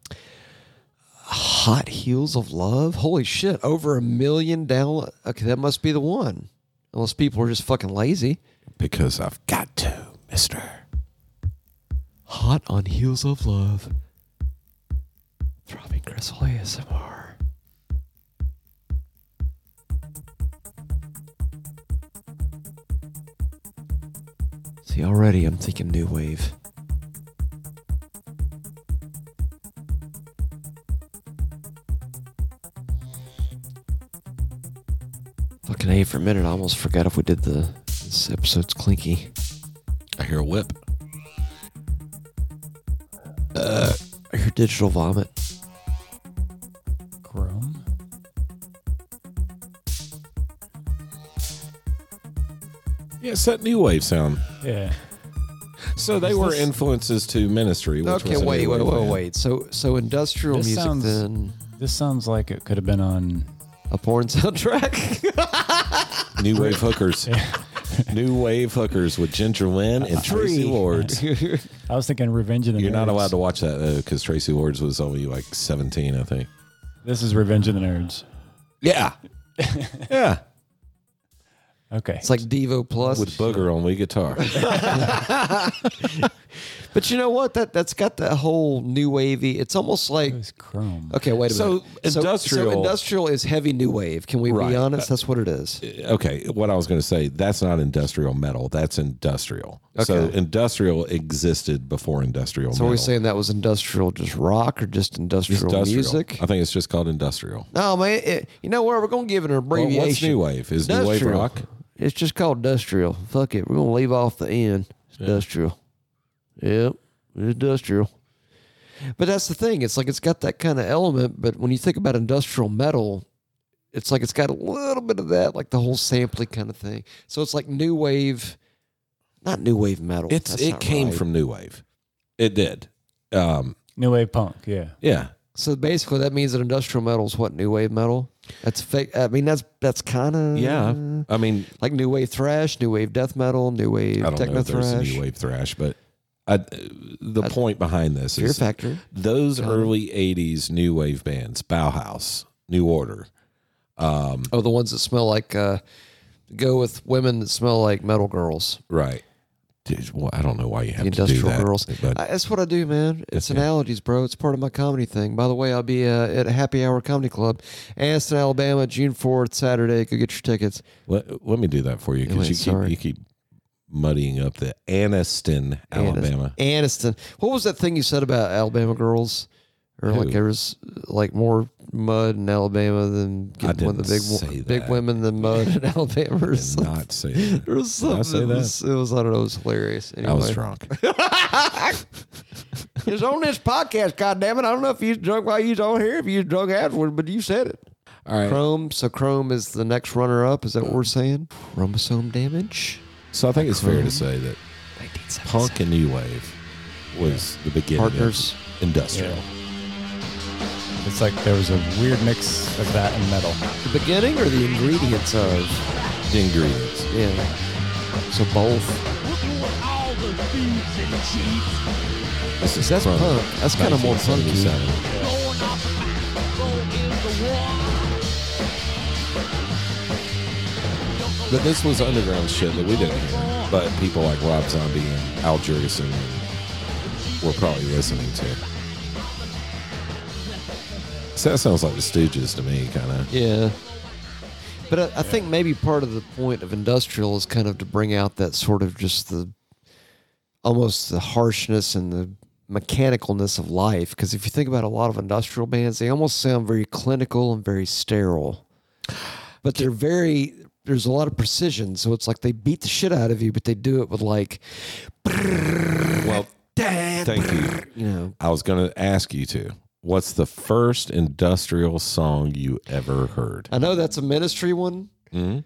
Hot heels of love. Holy shit! Over a million downloads. Okay, that must be the one. Unless people are just fucking lazy. Because I've got to, mister. Hot on heels of love. Throbbing gristle ASMR. See, already I'm thinking new wave. Fucking A for a minute, I almost forgot if we did the. This episode's clinky. I hear a whip. I hear digital vomit. Chrome. Yeah, it's that new wave sound. Yeah. So they were influences to ministry. Which Okay, was a wait, new wait, wave wait, band. wait. So, so industrial This music sounds- then This sounds like it could have been on. a porn soundtrack. New wave hookers. (laughs) new wave hookers with Ginger Lynn and Tracy (laughs) Lords. I was thinking Revenge of the You're Nerds. not allowed to watch that though, because Tracy Lords was only like 17, I think. This is Revenge of the Nerds. (laughs) Yeah, yeah, Okay. it's like Devo Plus. with booger on (laughs) lead guitar. but you know what? That that's got that whole new wavy. It's almost like it was Chrome. okay, wait a So, minute. industrial- So industrial is heavy new wave. Can we Right. Uh, be honest? That's what it is. okay, what I was going to say, that's not industrial metal. That's industrial. So Okay. industrial existed before industrial. So are we metal. saying that was industrial, just rock, or just industrial, Industrial. Uh, music? I think it's just called industrial. No, man. It, you know where we're gonna give it an Well, abbreviation. what's new wave? Is new wave Industrial. rock? It's just called industrial. Fuck it. We're gonna leave off the end. It's Industrial. Yep. Industrial. But that's the thing. It's like it's got that kind of element, but when you think about industrial metal, it's like it's got a little bit of that, like the whole sampling kind of thing. So it's like new wave not new wave metal. It's That's it not came right. from new wave. It did. Um, New Wave Punk. Yeah. yeah. So basically that means that industrial metal is what new wave metal? That's fake I mean that's that's kinda Yeah. Mm. I mean, like new wave thrash, new wave death metal, new wave I don't know techno if there's a thrash. new wave thrash, but I, the point behind this Fear is Factory. those early 80s new wave bands, Bauhaus, New Order, Oh, the ones that smell like uh, go with women that smell like metal girls, Right. Dude, well, I don't know why you have the to do industrial that. girls. But I, that's what I do, man. It's Yeah. analogies, bro. It's part of my comedy thing. By the way, I'll be uh, at a happy hour comedy club, Anniston, Alabama, June fourth, Saturday. Go get your tickets. let, let me do that for you Wait, because you keep sorry. you keep muddying up the Anniston, Alabama. Anniston. What was that thing you said about Alabama girls? Or like Who? there was like more mud in Alabama than I getting one of the big didn't say big that. women than mud in (laughs) Alabama or Did something. Not say that. Or something. I say It that? was- It was I don't know. It was hilarious. Anyway. I was drunk. It's on this podcast, goddammit. I don't know if you was drunk while you was on here, if you was drunk afterward, but you said it. All right. Chrome, so Chrome is the next runner up. Is that what we're saying? Chromosome damage? So I think it's fair to say that punk and new wave was the beginning Partners. of industrial. It's like there was a weird mix of that and metal. The beginning or the ingredients of? The ingredients. Yeah. So both. This is That's from punk. That's kinda more funky. 1977. But this was underground shit that we didn't hear. But people like Rob Zombie and Al Jurgensen were probably listening to. So that sounds like the Stooges to me, kind of. Yeah. But I, I think maybe part of the point of industrial is kind of to bring out that sort of just the almost the harshness and the mechanicalness of life. Because if you think about a lot of industrial bands, they almost sound very clinical and very sterile. But they're very there's a lot of precision, so it's like they beat the shit out of you, but they do it with like Well, thank you. you know I was going to ask you to. What's the first industrial song you ever heard? I know that's a ministry one. Mhm.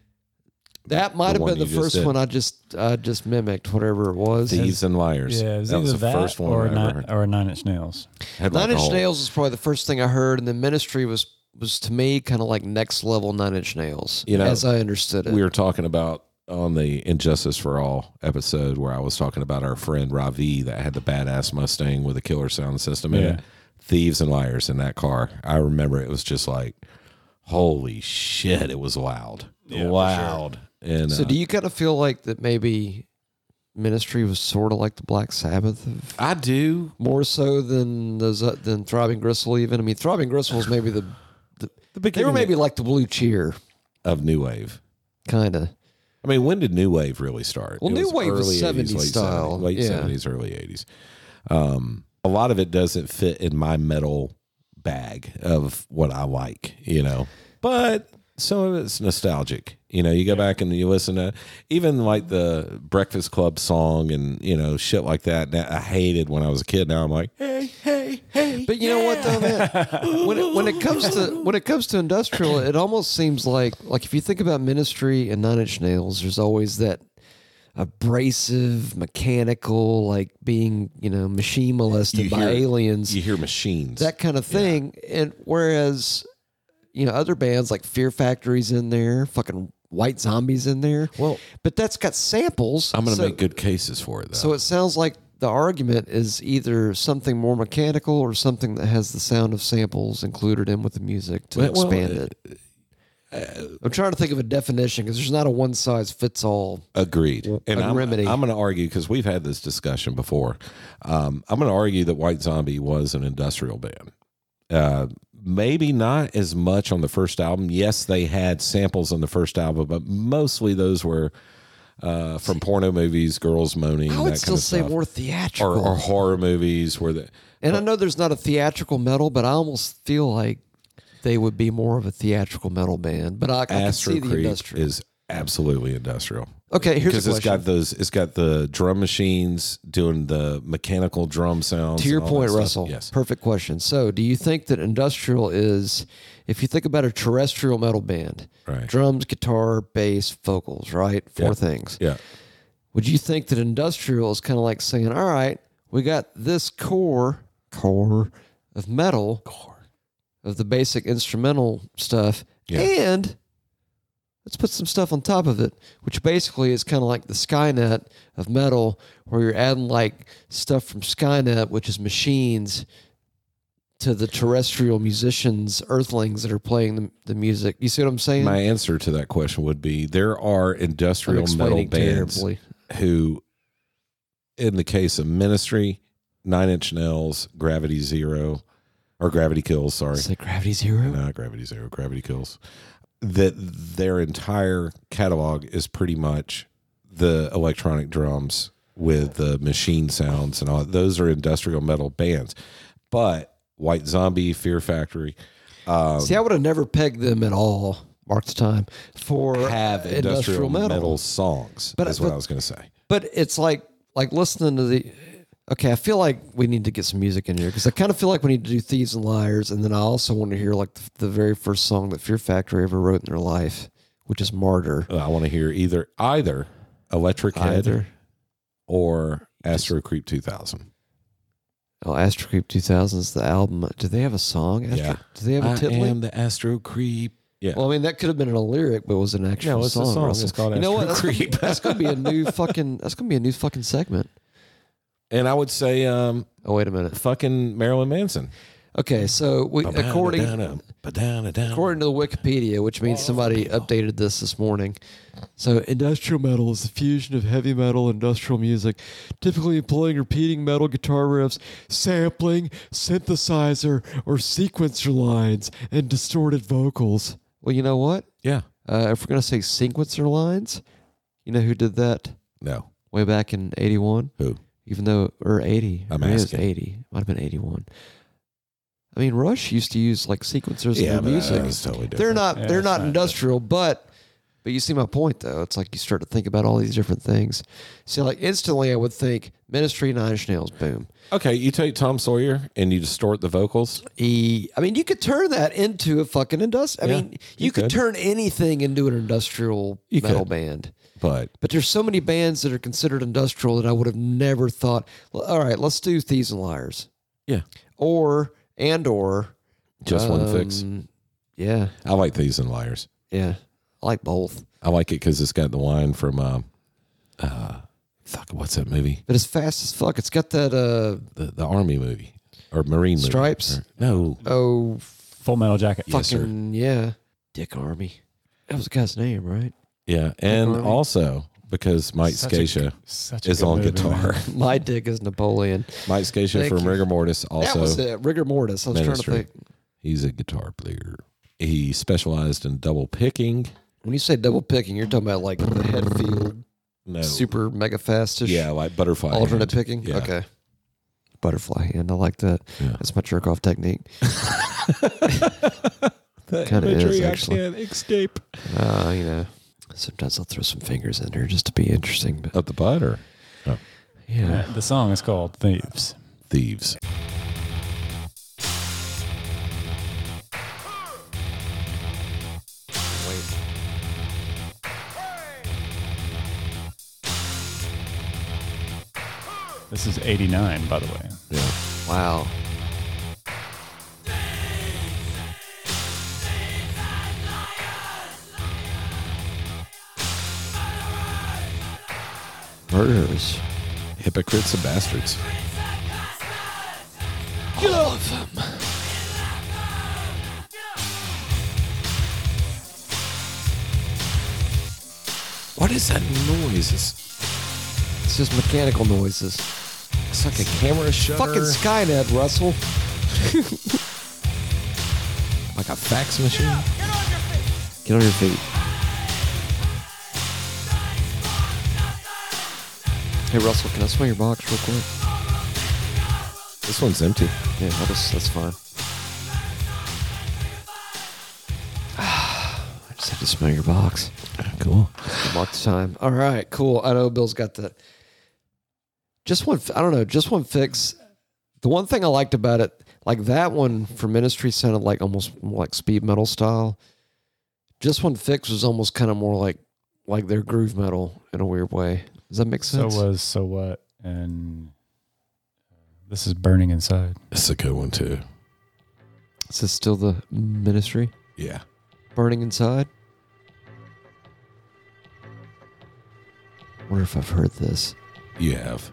That might The have one been the you just first did. one I just I just mimicked, whatever it was. Thieves and Liars. Yeah, it was that either was the that first one or, I ever nine, heard. or Nine Inch Nails. Had like Nine the Inch whole- Nails was probably the first thing I heard, and then Ministry was was to me kind of like next level Nine Inch Nails, You know, as I understood it. We were talking about on the Injustice for All episode where I was talking about our friend Ravi that had the badass Mustang with a killer sound system in Yeah. it. Thieves and Liars in that car. I remember it was just like, holy shit, it was loud. loud. And so, uh, do you kind of feel like that maybe Ministry was sort of like the Black Sabbath, of, I do more so than those uh, than Throbbing Gristle? Even I mean, Throbbing Gristle was maybe the, the, they were maybe like the Blue Cheer of New Wave. kind of. I mean, when did New Wave really start? Well, New Wave was early 70s 80s, late style, 70s, late yeah. 70s, early 80s. Um, a lot of it doesn't fit in my metal bag of what I like, you know. But some of it's nostalgic. You know, you go back and you listen to even like the Breakfast Club song and, you know, shit like that. That I hated when I was a kid. Now I'm like, "Eh, hey, hey, hey. But you know what though, man? when, it, when it comes to when it comes to industrial, it almost seems like like if you think about Ministry and Nine Inch Nails, there's always that abrasive, mechanical, like being you know machine molested You by hear- aliens, You hear machines. that kind of thing. And whereas you know other bands like Fear Factory's in there, fucking White Zombies in there. Well- but that's got samples. I'm going to so- make good cases for it, though. so it sounds like the argument is either something more mechanical or something that has the sound of samples included in with the music to Well, well, uh, expand it. I'm trying to think of a definition because there's not a one size fits all. Agreed. And a I'm, remedy. I'm going to argue because we've had this discussion before. Um, I'm going to argue that White Zombie was an industrial band. Uh, maybe not as much on the first album. Yes, they had samples on the first album, but mostly those were uh, from porno movies, girls moaning. I would that still kind of say stuff. more or, theatrical. or horror movies where the and I know there's not a theatrical metal, but I almost feel like they would be more of a theatrical metal band. But I, I can see Astro the Creep industrial. is absolutely industrial. okay, here's Because a it's question. got those, it's got the drum machines doing the mechanical drum sounds. to your and all that point, stuff. Russell. Yes. Perfect question. So, do you think that industrial is, if you think about a terrestrial metal band, Right. drums, guitar, bass, vocals, right? Four Yeah. things. Yeah. Would you think that industrial is kind of like saying, all right, we got this core, core of metal, core of the basic instrumental stuff, Yeah. and let's put some stuff on top of it, which basically is kind of like the Skynet of metal, where you're adding like stuff from Skynet, which is machines, to the terrestrial musicians, earthlings that are playing the, the music. You see what I'm saying? My answer to that question would be there are I'm industrial metal explaining bands terribly. who, in the case of Ministry, Nine Inch Nails, Gravity Zero, or Gravity Kills, sorry, It's like Gravity Zero. not Gravity Zero, Gravity Kills, that their entire catalog is pretty much the electronic drums with the machine sounds and all. that. Those are industrial metal bands, but White Zombie, Fear Factory, um, See, I would have never pegged them at all. Mark the time for have industrial, metal. songs. But- But, that's what but- I was going to say. But it's like like listening to the. Okay, I feel like we need to get some music in here because I kind of feel like we need to do "Thieves and Liars," and then I also want to hear like the, the very first song that Fear Factory ever wrote in their life, which is "Martyr." Uh, I want to hear either either Electric Head Either. or Astro Creep 2000. Oh, Astro Creep 2000's the album. Do they have a song? Astro, Yeah. Do they have a I titling? am the Astro Creep. Yeah. Well, I mean, that could have been in a lyric, but it was an actual No, it's a song. song. Russell. It's called you know what? Astro That's gonna, be, that's gonna be a (laughs) new fucking. That's gonna be a new fucking segment. and I would say um, Oh wait a minute. fucking Marilyn Manson. Okay, so we, according according according to the Wikipedia, which means somebody updated this this morning. So industrial metal is the fusion of heavy metal and industrial music, typically employing repeating metal guitar riffs, sampling, synthesizer, or sequencer lines, and distorted vocals. Well, you know what? yeah, Uh, if we're gonna say sequencer lines, you know who did that no, way back in '81? who? Even though or '80, I'm it was asking. '80, might have been '81. I mean, Rush used to use like sequencers Yeah, in but their music. that's totally different. they're not Yeah, they're it's not not- industrial, but but you see my point though. It's like you start to think about all these different things. See, like instantly, I would think Ministry, Nine Inch Nails, boom. okay. You take Tom Sawyer and you distort the vocals. E, I mean, you could turn that into a fucking industrial. I Yeah, mean, you, you could. could. turn anything into an industrial You metal could. band. But But there's so many bands that are considered industrial that I would have never thought. "Well, All right, let's do Thieves and Liars, yeah, or and or just one fix. um, Yeah, I like these and liars. yeah, I like both. I like it because it's got the line from uh, uh, fuck, what's that movie? But it's fast as fuck. It's got that uh The, the army movie or marine movie. Stripes? Or- no, oh Full Metal Jacket. Yes, sir. fucking yeah, Dick Army. That was the guy's name, right? (laughs) yeah, and Army. also because Mike Such a Scacia Such a is good on movie, guitar. man. My dick is Napoleon. (laughs) Mike Scacia Thank from you. Rigor Mortis that was also it. Rigor mortis. I was ministry. trying to think. He's a guitar player. He specialized in double picking. When you say double picking, you're talking about like the Headfield No, super mega fastish. Oh. yeah, like butterfly alternate hand. picking. Yeah. Okay. Butterfly hand. I like that. Yeah. That's my jerk off (laughs) technique. (laughs) Kind of is actually. escape Uh, you know, sometimes I'll throw some fingers in there just to be interesting. But of the butter yeah, Uh, The song is called Thieves. thieves. This is 89, by the way. Yeah. wow. Murderers. Hypocrites and bastards. What is that noise? It's, It's just mechanical noises. it's like a camera shutter. Fucking Skynet, Russell. (laughs) like a fax machine. Get on your feet. Hey Russell, can I smell your box real quick? This one's empty. Yeah, I'll just, that's fine. (sighs) I just had to smell your box. Cool. Mark the time. All right, cool. I know Bill's got the just one. I don't know, just one fix. The one thing I liked about it, like that one for Ministry, sounded like almost more like speed metal style. Just one fix was almost kind of more like like their groove metal in a weird way. Does that make So sense? was So What and uh, this is Burning Inside. It's a good one too. Is this still the Ministry Yeah. burning inside? Wonder if I've heard this. You have.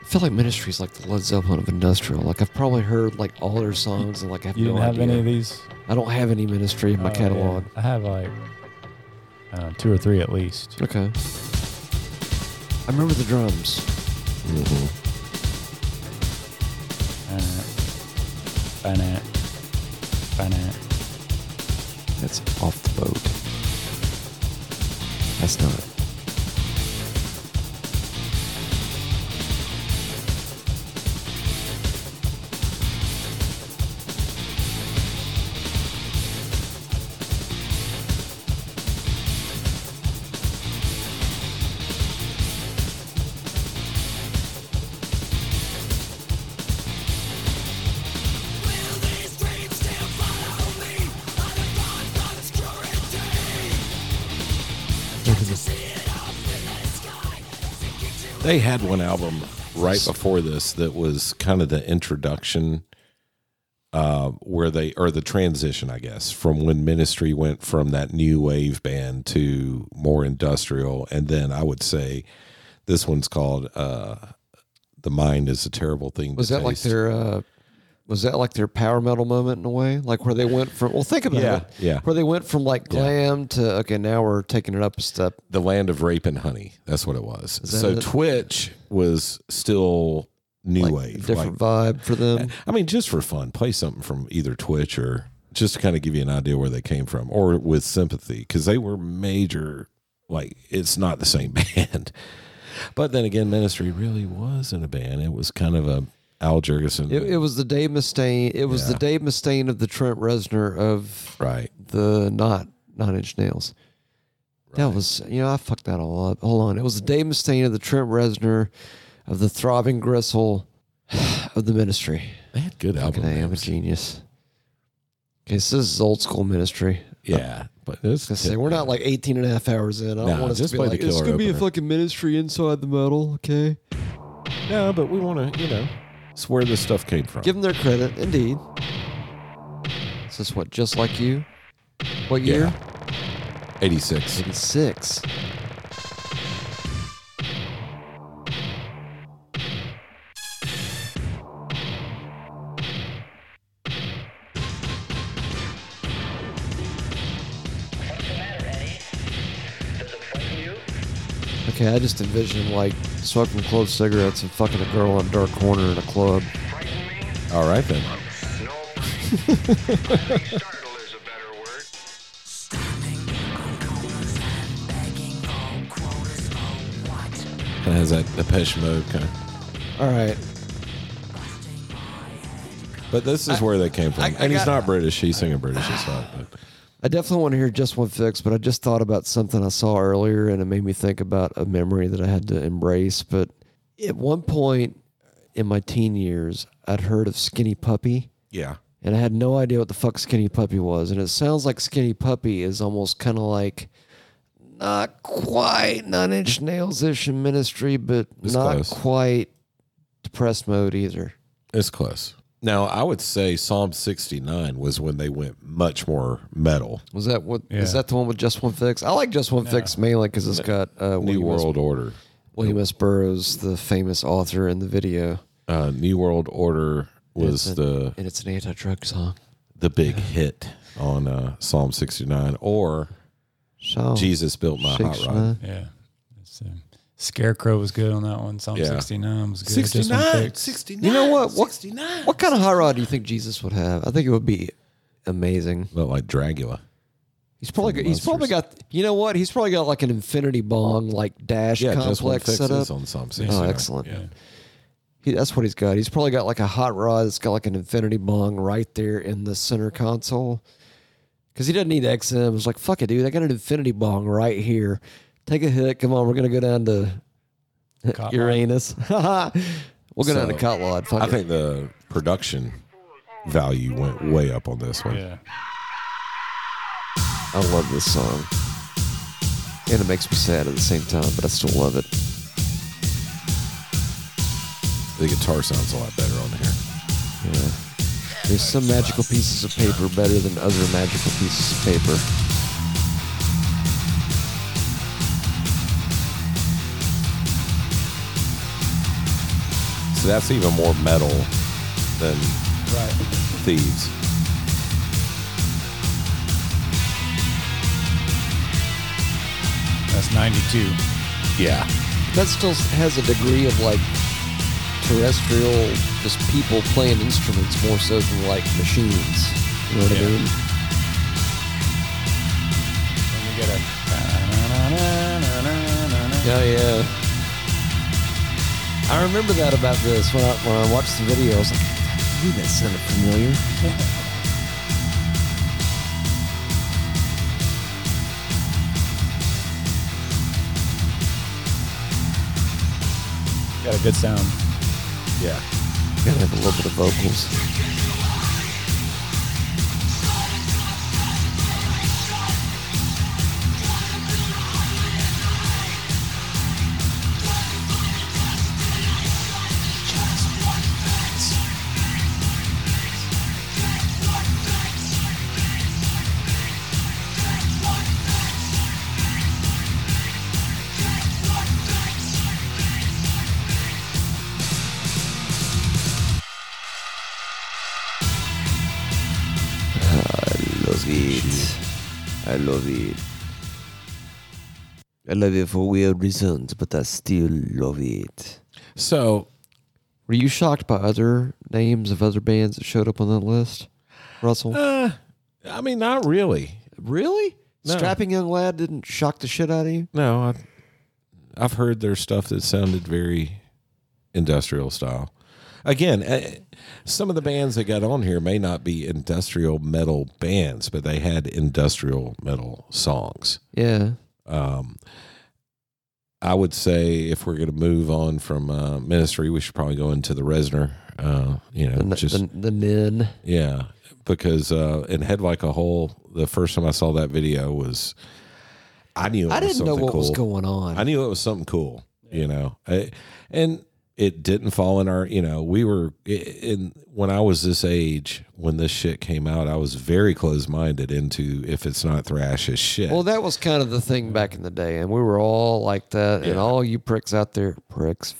I feel like Ministry's like the Led Zeppelin of industrial. Like I've probably heard like all their songs and like I have You no didn't have idea. any of these? I don't have any Ministry in my Oh, yeah. catalog. I have like uh, two or three at least. Okay. I remember the drums. Mm-hmm. Uh, Finite. Finite. That's off the boat. That's not. They had one album right before this that was kind of the introduction uh, where they or the transition i guess from when ministry went from that new wave band to more industrial and then i would say this one's called uh, the mind is a terrible thing Was to that like Taste. their uh was that like their power metal moment in a way? Like where they went from well think about Yeah, it. yeah. Where they went from like glam to okay, now we're taking it up a step. the land of rape and honey that's what it was that so it? twitch was still new Like wave like different vibe for (laughs) them. I mean, just for fun, play something from either Twitch or just to kind of give you an idea where they came from or with sympathy because they were major, like, it's not the same (laughs) band. But then again, Ministry really wasn't a band. It was kind of a Al Jurgensen. It, it was the Dave Mustaine it was the Dave Mustaine of the Trent Reznor of right. the not nine inch nails. That was you know, I fucked that all up. Hold on. It was the Dave Mustaine of the Trent Reznor of the throbbing gristle (sighs) of the ministry. They had good album. Okay, I'm a names. genius. Okay, so this is old school ministry. yeah. But it's I say we're not like 18 and a half hours in. I don't Nah, want us to just be play the like, it's killer gonna be a opener." fucking ministry inside the metal. Okay, No, but we want to, you know, it's where this stuff came from. give them their credit, indeed. Is this what just like you? What Yeah. year? 86. 86. Okay, I just envision like smoking closed cigarettes and fucking a girl in a dark corner in a club. All right, then. Startle is a better word. Kind of has that Depeche Mode kind of. All right, But this is where they came from. I- I and he's got- not British. He's singing British. It's not. But. I definitely want to hear just one fix, but I just thought about something I saw earlier and it made me think about a memory that I had to embrace. But at one point in my teen years, I'd heard of Skinny Puppy Yeah. and I had no idea what the fuck Skinny Puppy was. And it sounds like Skinny Puppy is almost kind of like not quite Nine Inch Nails ish in ministry, but It's not close. quite depressed mode either. It's close. Now, I would say Psalm 69 was when they went much more metal. Was that what? Is Yeah. that the one with Just One Fix? I like Just One Fix mainly because it's got uh, New William S. World Order. William S. Burroughs, the famous author in the video, Uh, New World Order was It's the and it's an anti-drug song. the big hit on uh, Psalm 69 or So Jesus Built My Hot Rod. Yeah. It's, um, Scarecrow was good on that one. Psalm Yeah. 69 was good. Just one fix. 69. You know what? What, what kind of hot rod do you think Jesus would have? I think it would be amazing. But like Dragula. He's probably got, he's probably got you know what? He's probably got like an infinity bong like dash Yeah, just one complex fix set up. is on Psalm 69. Oh, excellent. Yeah. He, that's what he's got. He's probably got like a hot rod that's got like an infinity bong right there in the center console. Because he doesn't need XM. It's like, fuck it, dude. I got an infinity bong right here. Take a hit. Come on. We're going to go down to (laughs) Cotton. Uranus. we'll go down to So, Cotlod. Fuck I it. think the production value went way up on this one. Yeah. I love this song. And it makes me sad at the same time, but I still love it. The guitar sounds a lot better on here. There's some magical pieces of paper better than other magical pieces of paper. So that's even more metal than Thieves. That's 92. Yeah. that still has a degree of like terrestrial just people playing instruments more so than like machines you know what i Yeah. mean And you get a. Yeah. Oh, yeah yeah i remember that about this when i, when I watched the video i was like I knew that sounded familiar Got a good sound. Yeah. gotta have a little bit of vocals it. I love it. I love it for weird reasons, but I still love it. So Were you shocked by other names of other bands that showed up on that list, Russell? uh, I mean not really. really? no. Strapping young lad didn't shock the shit out of you. No, I, I've heard their stuff that sounded very industrial style. Again, eh, some of the bands that got on here may not be industrial metal bands, but they had industrial metal songs. Yeah. Um, I would say if we're going to move on from uh, Ministry, we should probably go into the Resner. Uh, you know, The, just the, the Nin. yeah, because uh, in Head Like a Hole, the first time I saw that video was I knew it I was didn't know something what was cool. going on. I knew it was something cool, you know. I, and it didn't fall in our, you know, we were i- in when I was this age when this shit came out, I was very close minded into if it's not thrash as shit. Well, that was kind of the thing back in the day, and we were all like that. And Yeah. all you pricks out there, pricks,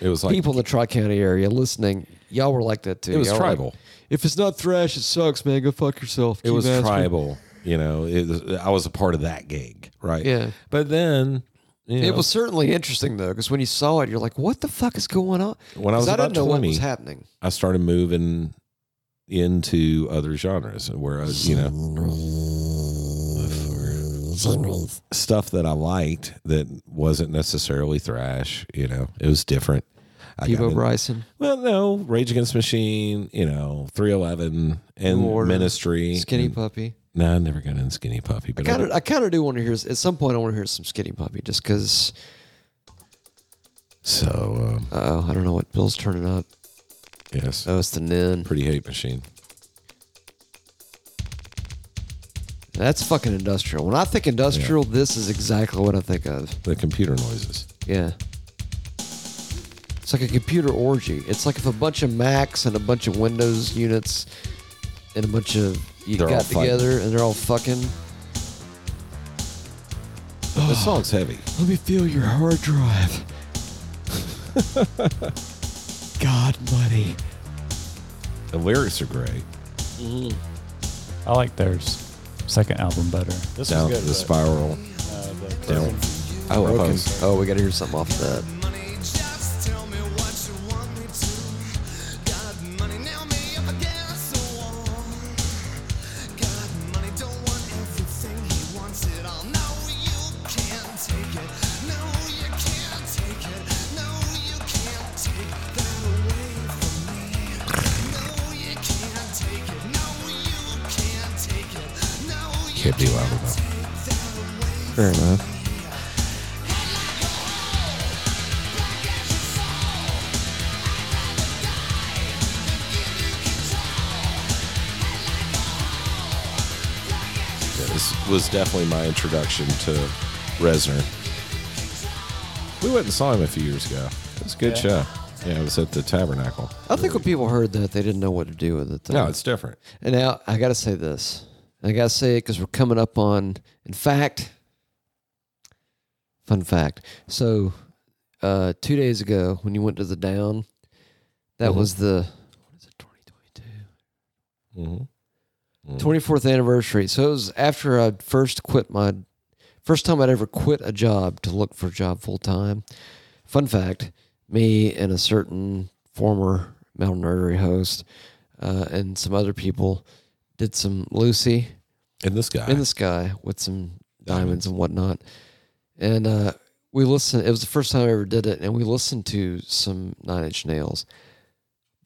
it was like people in the Tri County area listening, y'all were like that too. it was Y'all were like, tribal. if it's not thrash, it sucks, man. Go fuck yourself. it you was bastard." tribal, you know. It was, I was a part of that gang, right? Yeah. But then you It know, was certainly interesting though, because when you saw it, you're like, "What the fuck is going on?" When I 'Cause was I didn't about know what 20, was happening. I started moving into other genres, whereas you know stuff that I liked that wasn't necessarily thrash. You know, it was different. I got Peebo in- Bryson, Well, no, Rage Against the Machine. You know, Three Eleven and New Order, Ministry. Skinny and, Puppy. No, I never got in Skinny Puppy, but I Kind of, I kind of do want to hear. At some point, I want to hear some Skinny Puppy, just because. did- so um, Oh, I don't know what Bill's turning up. yes, Oh, it's the Nin. Pretty Hate Machine. That's fucking industrial. When I think industrial, this is exactly what I think of. The computer noises. Yeah. It's like a computer orgy. It's like if a bunch of Macs and a bunch of Windows units and a bunch of you They're all got fighting. together and they're all fucking. The song's heavy. Let me feel your hard (laughs) drive. God, money. The lyrics are great. I like their s- second album better. This Down was the good. spiral. uh, down. Oh, okay. Propose. Oh, we gotta hear something off of that. Money, just tell me what you want me to. Got money, nail me up against the wall. Got money, don't want everything, he wants it all. No, you can't take it. No, you can't take it. No, you can't take that away from me. No, you can't take it. No, you can't take it. No, you Can't be loud enough. Fair enough. This was definitely my introduction to Resner. We went and saw him a few years ago. It was a good show. Yeah, it was at the Tabernacle. I think when people heard that, they didn't know what to do with it. Though. No, it's different. And now I got to say this. I got to say it because we're coming up on, in fact, fun fact. So, uh, two days ago when you went to the down, that was the, what is it, 2022? Mm-hmm. 24th anniversary. So it was after I first quit my first time I'd ever quit a job to look for a job full time. Fun fact me and a certain former Mountain Artery host uh, and some other people did some Lucy And this guy, in the sky with some diamonds and whatnot. And uh, we listened, it was the first time I ever did it, and we listened to some Nine Inch Nails.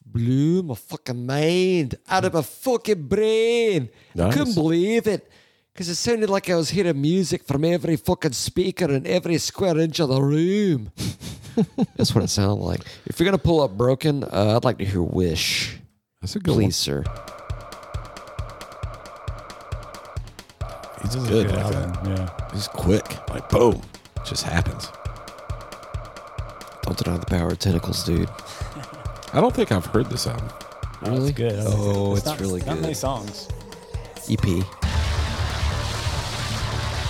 Blew my fucking mind out of my fucking brain. Nice. Couldn't believe it. Because it sounded like I was hearing music from every fucking speaker in every square inch of the room. (laughs) That's what it sounded like. If you're going to pull up Broken, uh, I'd like to hear Wish. that's a good Please, sir. one. He's good like that. album. Yeah. He's quick, like boom, just happens. Don't deny the power of tentacles, dude. I don't think I've heard this album. Really? It's good. Oh, it's not, really Not many good. songs. EP.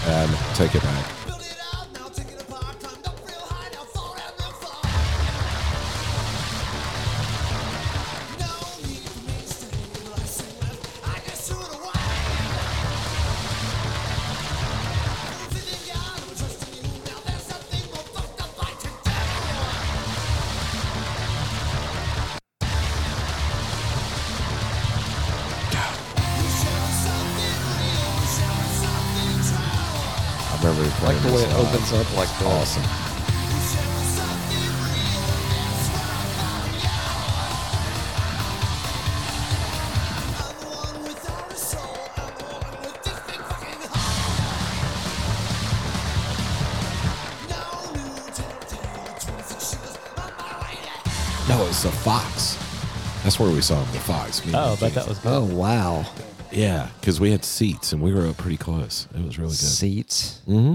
Um, take it back. build it up, now take it apart. Climbed up real high, now fall down real far. No need for me to stay, I sing left. I just threw it away. remember playing Like the way this it live. opens up like that. Awesome. No, it's the Fox. That's where we saw him, the Fox. me Oh, and but that Jason. was good. Oh wow! yeah, because we had seats and we were up pretty close. It was really good. Seats. Mm-hmm.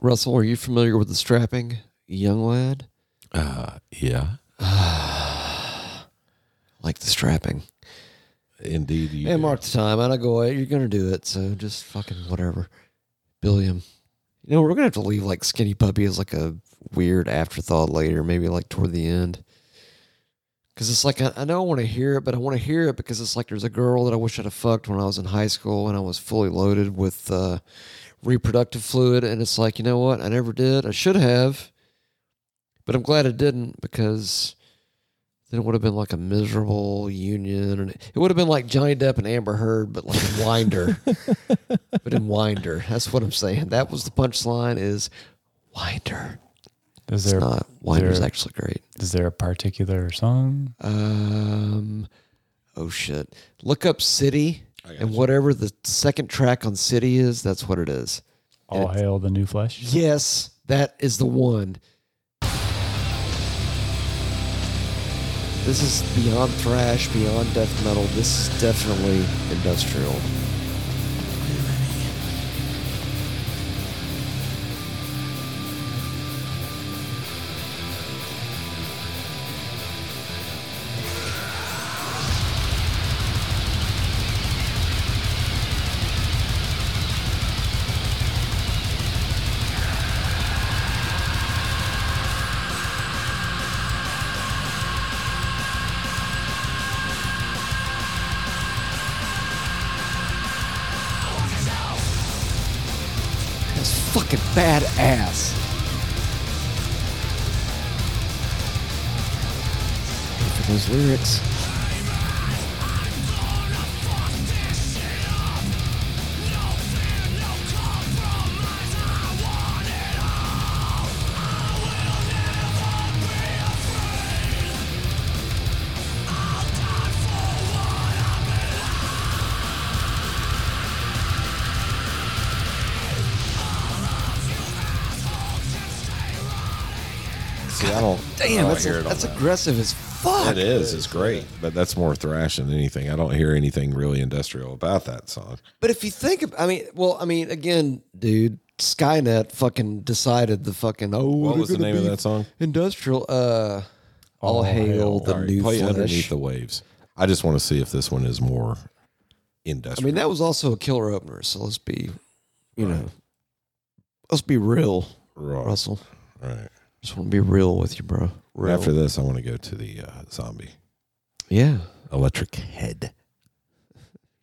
Russell, are you familiar with the strapping, young lad? Uh, yeah, Like the strapping. indeed. You and do. mark the time. I don't go. You're gonna do it, so just fucking whatever. Billiam. You know we're gonna have to leave like Skinny Puppy as like a weird afterthought later, maybe like toward the end. Cause it's like I, I know I want to hear it, but I want to hear it because it's like there's a girl that I wish I'd have fucked when I was in high school and I was fully loaded with uh, reproductive fluid, and it's like you know what I never did. I should have, but I'm glad I didn't because then it would have been like a miserable union, and it would have been like Johnny Depp and Amber Heard, but like in Winder, but in Winder. That's what I'm saying. That was the punchline: is Winder. Is It's there not Winder's there- actually great. is there a particular song? Um, oh shit! Look up City, and whatever the second track on City is, that's what it is. All hail the new flesh. Yes, that is the one. This is beyond thrash, beyond death metal. This is definitely industrial. That's fucking badass. For those lyrics. See, I (laughs) don't. Oh, I Damn, don't that's, hear it on that's that. aggressive as fuck. It is. It's great, but that's more thrash than anything. I don't hear anything really industrial about that song. But if you think, of, I mean, well, I mean, again, dude, Skynet fucking decided the fucking oh, What they're was the gonna name of be that song? Industrial. Uh, all, hail, the All right, new play flesh. underneath the waves. I just want to see if this one is more I industrial. mean, that was also a killer opener. So let's be, you know, let's be real, Right. Russell. Right. Just want to be real with you, bro. Real. After this, I want to go to the uh, zombie yeah, electric head.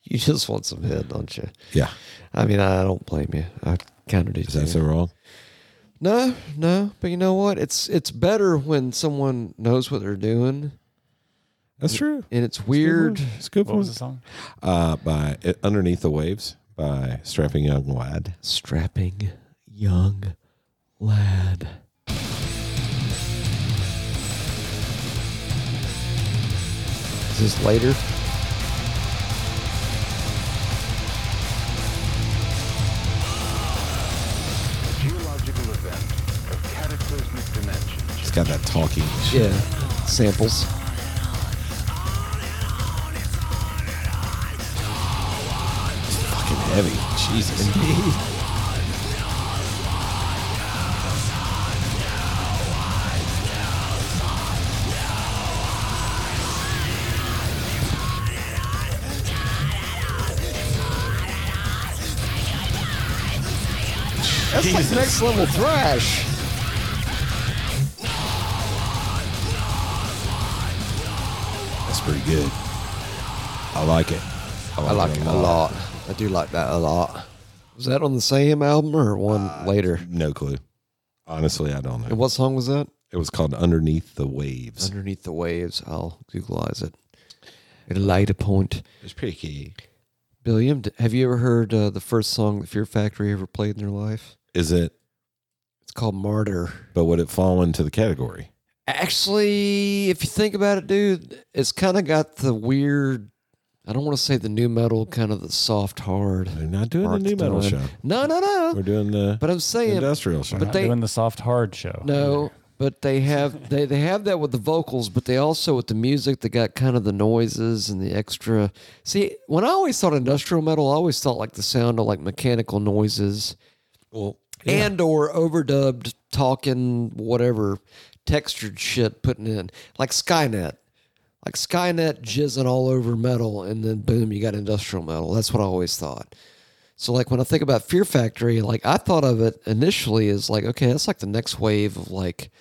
you just want some head, don't you? Yeah. I mean, I don't blame you. I kind of do. Is that too. so wrong? No, no, but you know what? It's it's better when someone knows what they're doing, That's true. and it's weird. It's a good What one. was the song? Uh, by uh, underneath the waves by strapping young lad. Strapping young lad. Is this later? Geological event of cataclysmic dimensions. It's got that talking. Yeah. Samples. Fucking heavy. Jesus. That's like next level thrash. That's pretty good. I like it. I like it a lot. I do like that a lot. Was that on the same album or one later? No clue. Honestly, I don't And know. what song was that? It was called Underneath the Waves. Underneath the waves. I'll Googleize it. At a later point. It's pretty key. Billiam, d- have you ever heard uh, the first song that Fear Factory ever played in their life? Is it? It's called Martyr. But would it fall into the category? Actually, if you think about it, dude, it's kind of got the weird. I don't want to say the new metal, kind of the soft hard. They're not doing Mark's the new metal doing- show. No, no, We're no. doing the But I'm saying, industrial show. but (laughs) Not they- doing the soft hard show. No, but they (laughs) have they, they have that with the vocals, but they also with the music they got kind of the noises and the extra. See, when I always thought industrial metal, I always thought like the sound of like mechanical noises well, and or overdubbed talking whatever textured shit putting in like Skynet. Like Skynet jizzing all over metal, and then boom, you got industrial metal. That's what I always thought. So like when I think about Fear Factory, like I thought of it initially as like, okay, that's like the next wave of like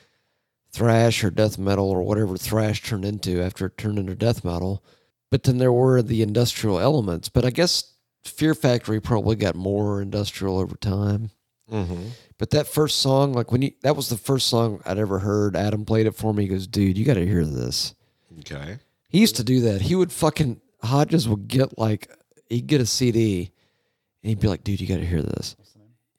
thrash or death metal or whatever thrash turned into after it turned into death metal. But then there were the industrial elements. But I guess Fear Factory probably got more industrial over time. Mm-hmm. But that first song, like when you that was the first song I'd ever heard. Adam played it for me. He goes, dude, you gotta hear this. okay. He used to do that. He would fucking Hodges would get like he'd get a CD and he'd be like, "Dude, you got to hear this."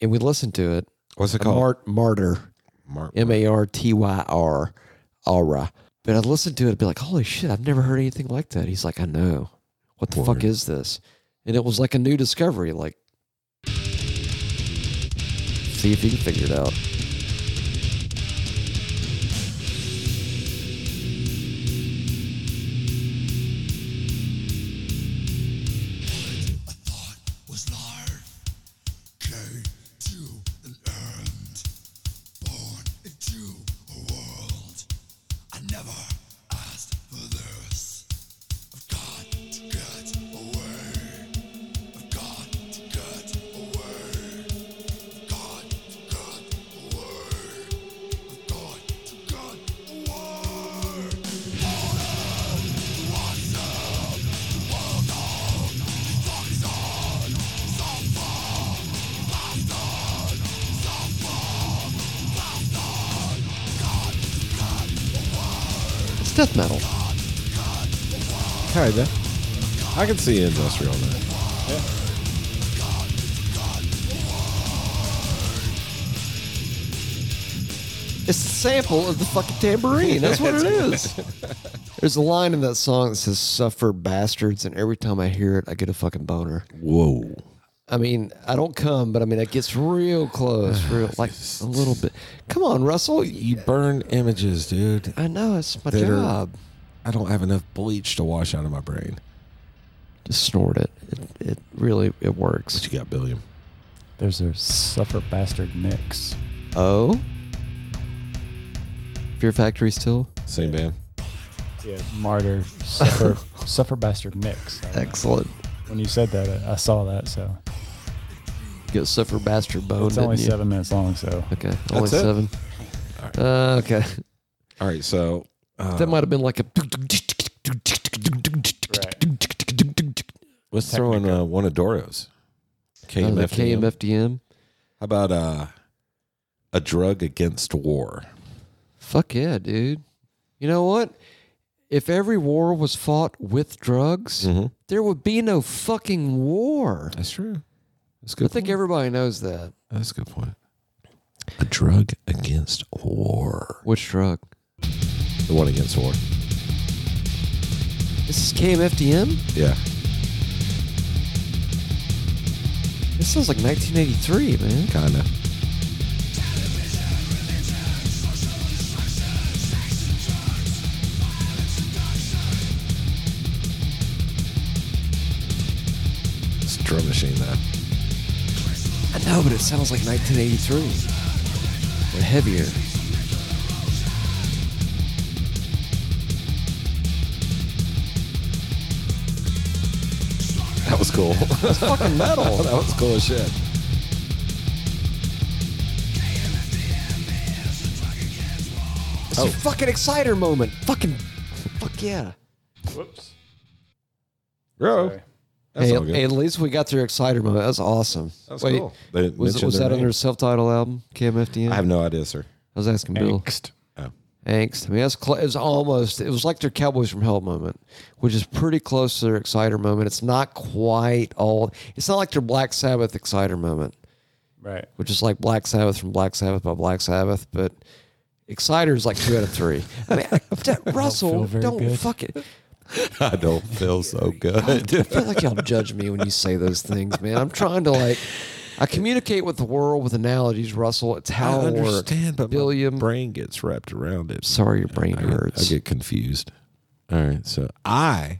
And we'd listen to it. What's it A called? Mart Martyr, Mark. M A R T Y R, Aura. But I'd listen to it and be like, "Holy shit, I've never heard anything like that." He's like, "I know. What the fuck Word. is this?" And it was like a new discovery. Like, see if you can figure it out. I thought was life came to an end. Born into a world I never asked for this. I've got to get away. I've got to get away. I've got to get away. I've got to get away. It's death metal. Kinda. I can see industrial now. It's the sample of the fucking tambourine. That's what it is. (laughs) There's a line in that song that says "suffer bastards," and every time I hear it, I get a fucking boner. Whoa. I mean, I don't come, but I mean, it gets real (sighs) close, real like a little bit. Come on, Russell. You, Burn images, dude. I know it's my That are- job. I don't have enough bleach to wash out of my brain. Just snort it. It, it really it works. What you got, Billiam? There's a suffer bastard mix. Oh, Fear Factory still Same band. Yeah. Martyr suffer (laughs) suffer bastard mix. I don't know. excellent. When you said that, I, I saw that. So Get suffer bastard bone. it's only Oh, didn't you? seven minutes long. So Okay, only That's it? seven. Uh, okay, All right, so uh, that might have been like a. let's throw in uh, one of Doro's. out of Oh, the KMFDM. KMFDM. E How about uh, a drug against war? Fuck yeah, dude. You know what? If every war was fought with drugs, there would be no fucking war. That's true. That's I good. think everybody knows that. That's a good point. A drug against war. Which drug? The one against war. This is KMFDM? Yeah. This sounds like 1983, man. Kinda. It's a drum machine that. I know, but it sounds like 1983. Or heavier. That was (laughs) cool. (laughs) that It's fucking metal. was cool as shit. It's a fucking exciter moment. Fucking. Fuck yeah. whoops. Bro. That's Hey, all good. at least we got through exciter moment. That's awesome. That was Wait, cool. They was, mentioned was their that on name. their self-titled album, KMFDM? I have no idea, sir. I was asking Bill. Angst. Oh. angst. I mean, that's cl- it was almost it was like their Cowboys from Hell moment, which is pretty close to their Exciter moment. It's not quite all. It's not like their Black Sabbath Exciter moment, Right. which is like Black Sabbath from Black Sabbath by Black Sabbath, but Exciter is like two out of three. I mean, I- Russell, very don't good. fuck it. (laughs) I don't feel so I (laughs) good. feel like y'all judge me when you say those things, man. I'm trying to like, I communicate with the world with analogies, Russell. It's I how it works. understand, but Billiam. my brain gets wrapped around it. Sorry, your brain I get- I hurts. get confused. All right, so I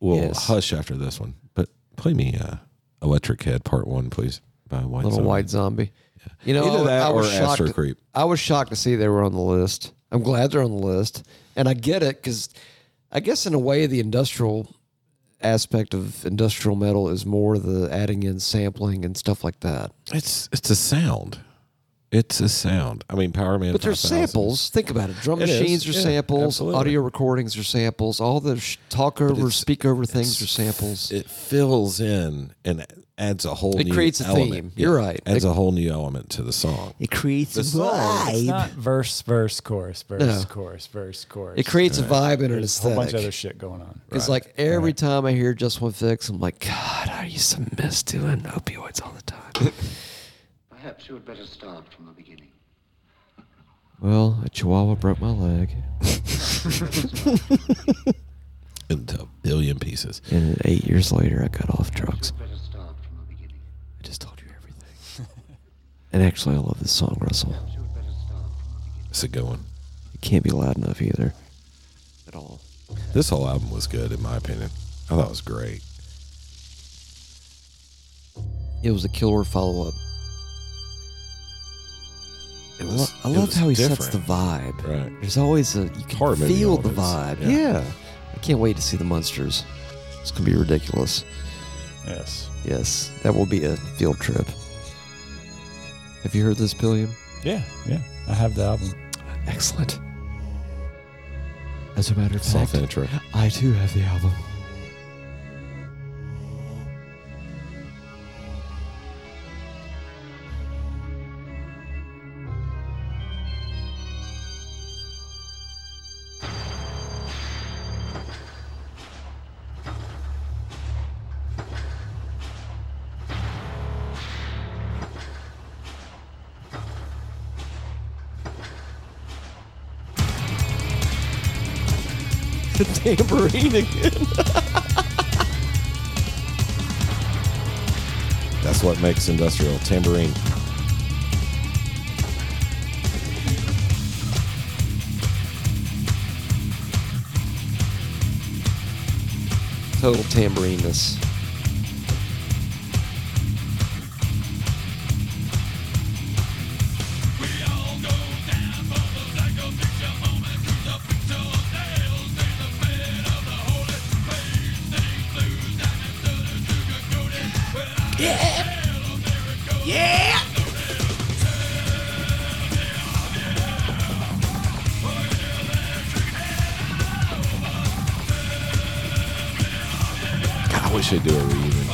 will Yes. hush after this one, but play me uh, "Electric Head" Part One, please, by White Little Zombie. white zombie. You know, Either that I was or shocked. Astro Creep. I was shocked to see they were on the list. I'm glad they're on the list, and I get it because I guess in a way the industrial aspect of industrial metal is more the adding in sampling and stuff like that. It's it's a sound. It's a sound. I mean, Power Man. But there's 5000. samples. Think about it. Drum It is, machines are yeah, samples. absolutely. Audio recordings are samples. All the sh- talk over, it's- speak over things it's- are samples. It fills in and adds a whole. It new creates a element. theme. You're right. Adds It- a whole new element to the song. It creates a It's not verse, verse, chorus, verse, No. chorus, verse, chorus. It creates a vibe and an There's a whole bunch of other aesthetic. shit going on. It's like every Uh-huh. time I hear Just One Fix, I'm like, God, I used to miss doing opioids all the time. (laughs) Perhaps you had better start from the beginning. well, a chihuahua broke my leg into a billion pieces. and eight years later I got off drugs. Better start from the beginning. I just told you (laughs) everything. and actually I love this song, Russell. You had better start from the beginning. It's a good one. It can't be loud enough either. At all. This whole album was good, in my opinion. I thought it was great. It was a killer follow up. It I was, lo- I it love was how he different. sets the vibe. Right. There's always a you can Horror movie feel the vibe. elements, yeah. Yeah. I can't wait to see the monsters. It's gonna be ridiculous. Yes. Yes, that will be a field trip. Have you heard this, Billiam? Yeah. Yeah. I have the album. Excellent. As a matter of fact, Soft intro. I too have the album. (laughs) The tambourine again. That's what makes industrial tambourine. Total tambourineness. God, I wish they'd do a reunion.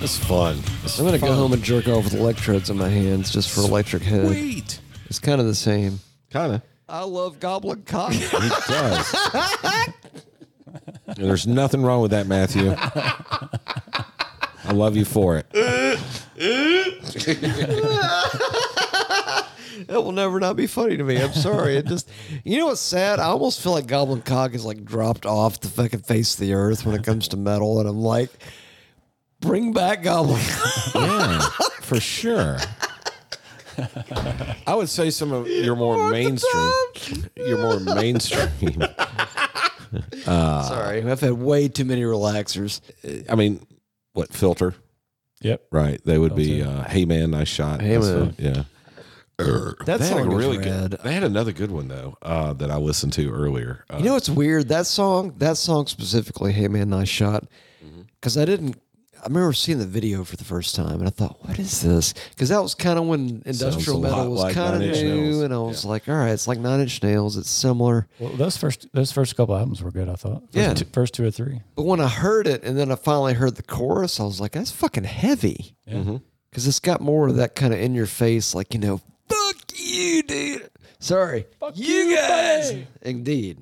It's fun. It's I'm gonna fun. go home and jerk off with electrodes in my hands just for electric head. Wait. It's kind of the same. Kind of. I love goblin cock. (laughs) He does. (laughs) And there's nothing wrong with that, Matthew. I love you for it. That will never not be funny to me. I'm sorry. It just, you know what's sad? I almost feel like Goblin Cock is like dropped off the fucking face of the earth when it comes to metal, and I'm like, bring back Goblin. Cock. Yeah, for sure. I would say some of your more mainstream, your more mainstream. sorry, I've had way too many relaxers. I mean, what filter? Yep. Right. They would be uh, Hey Man, Nice Shot. Hey That's Man. what- Yeah. That They had a song is really rad. good. They had another good one though uh, that I listened to earlier. You Uh, Mm-hmm. know what's weird? That song, that song specifically, "Hey Man, Nice Shot," because I didn't. I remember seeing the video for the first time, and I thought, "What is this?" Because that was kind of when industrial Sounds a metal lot was like kind of Nine new, Inch Nails. and I was like, "All right, it's like Nine Inch Nails. It's similar." Well, those first those first couple albums were good. I thought. First Yeah. two, first two or three. But when I heard it, and then I finally heard the chorus, I was like, "That's fucking heavy," because Mm-hmm. it's got more of that kind of in your face, like you know, "Fuck you, dude." Sorry, fuck you, guys. Indeed,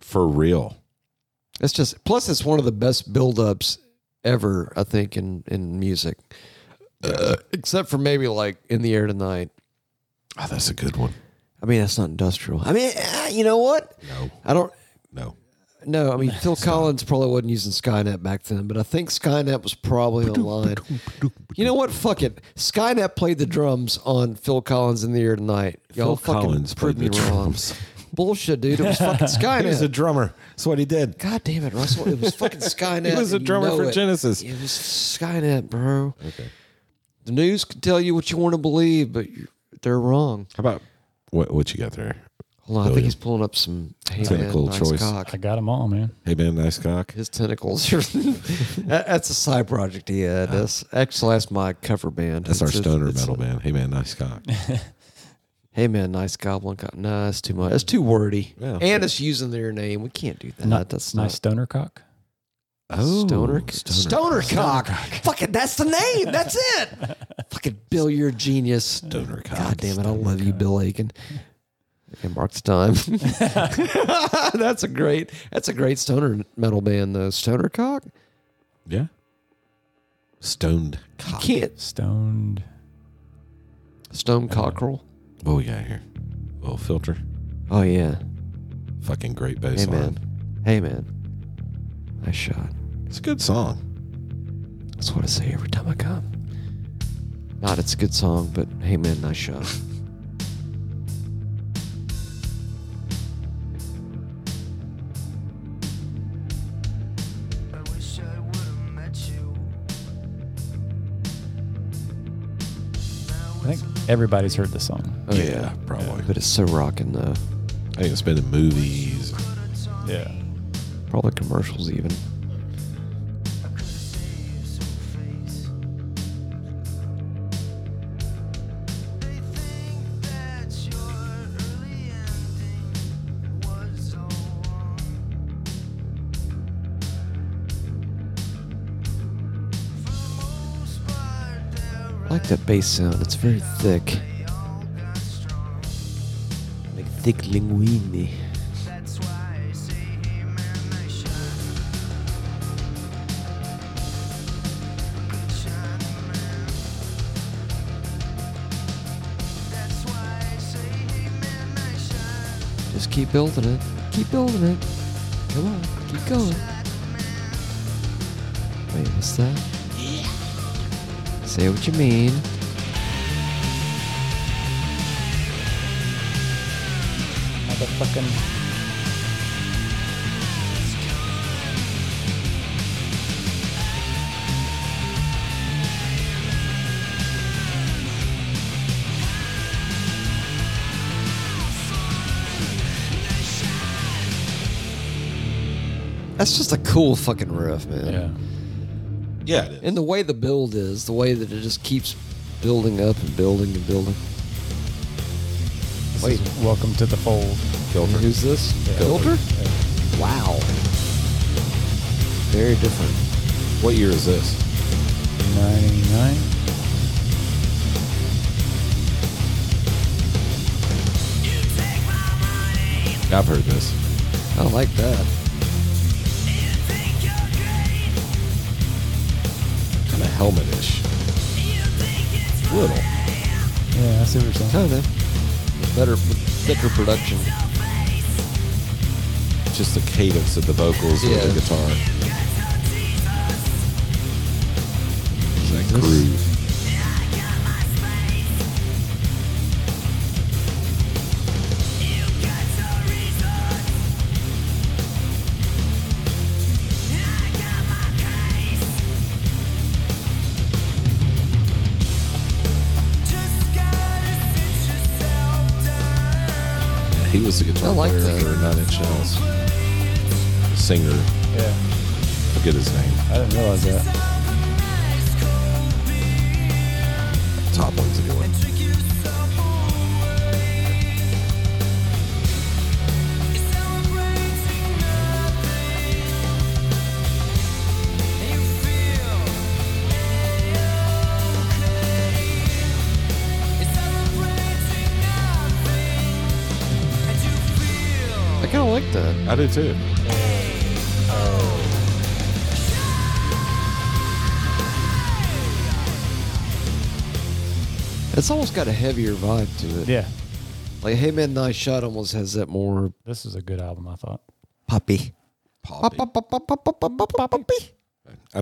for real. it's just. Plus, it's one of the best buildups ever, I think, in in music, Uh, except for maybe like "In the Air Tonight." Oh, that's a good one. I mean, that's not industrial. I mean, uh, you know what? No. I don't. No. No, (laughs) I mean, Phil Collins probably wasn't using Skynet back then, but I think Skynet was probably online. You know what? Fuck it. Skynet played the drums on Phil Collins in the air tonight. Y'all Phil fucking Collins proved played me the wrong. drums. Bullshit, dude. It was fucking Skynet. (laughs) He was a drummer. That's what he did. God damn it, Russell. It was (laughs) fucking Skynet. He was a and you drummer know for it. Genesis. It was Skynet, bro. Okay. The news can tell you what you want to believe, but you're, they're wrong. How about what what you got there? Hold on. I think Billion. he's pulling up some hey, Tentacle man, nice choice. cock. I got them all, man. Hey man, nice cock. his tentacles. are- (laughs) That- that's a side project he had. That's actually that's my cover band. That's our It's- stoner it's- metal man. Hey man, nice (laughs) cock. Hey man, nice goblin. Co- nah, that's too much. That's too wordy. Yeah. And it's using their name. We can't do that. Not- that's nice nice. stoner cock. Oh, stoner, stoner, cock. Fucking, that's the name. That's it. Fucking billiard genius. Stoner cock. God damn it, I love you, Bill Aiken. And mark the time. (laughs) that's a great. That's a great stoner metal band. though. stoner cock. Yeah. Stoned cock. Can't Stoned. stone cockerel. What we got here? Little filter. Oh yeah. Fucking great bass Hey line. man. Hey man. Nice shot. It's a good song. That's what I say every time I come. Not it's a good song, but hey man, nice shot. I wish I would've met you. I think everybody's heard this song. Oh, yeah. probably. (laughs) But it's so rocking though. I think it's been in movies. Yeah. Probably commercials even. I like that bass sound. It's very thick. Like thick linguini. Just keep building it. Keep building it. Come on, keep going. Wait, what's that? Say what you mean. Motherfucking. That's just a cool fucking riff, man. Yeah. Yeah, it is. And the way the build is, the way that it just keeps building up and building and building. This Wait. is welcome to the fold. Filter. Who's this? Filter? Wow. Very different. What year is this? 99. I've heard this. I like that. Kind of helmetish. Little. Yeah, I see what you're saying. Kinda. Better, thicker production. Just the cadence of the vocals and Yeah. the guitar. That groove. Yeah, he was the guitar I like player that. for Nine Inch Nails. Singer. Yeah. Forget his name. I didn't realize that. top one's a good one. I kind of like that. I do too. It's almost got a heavier vibe to it. Yeah, Like Hey Midnight Shot almost has that more this is a good album. I thought. poppy. Poppy. I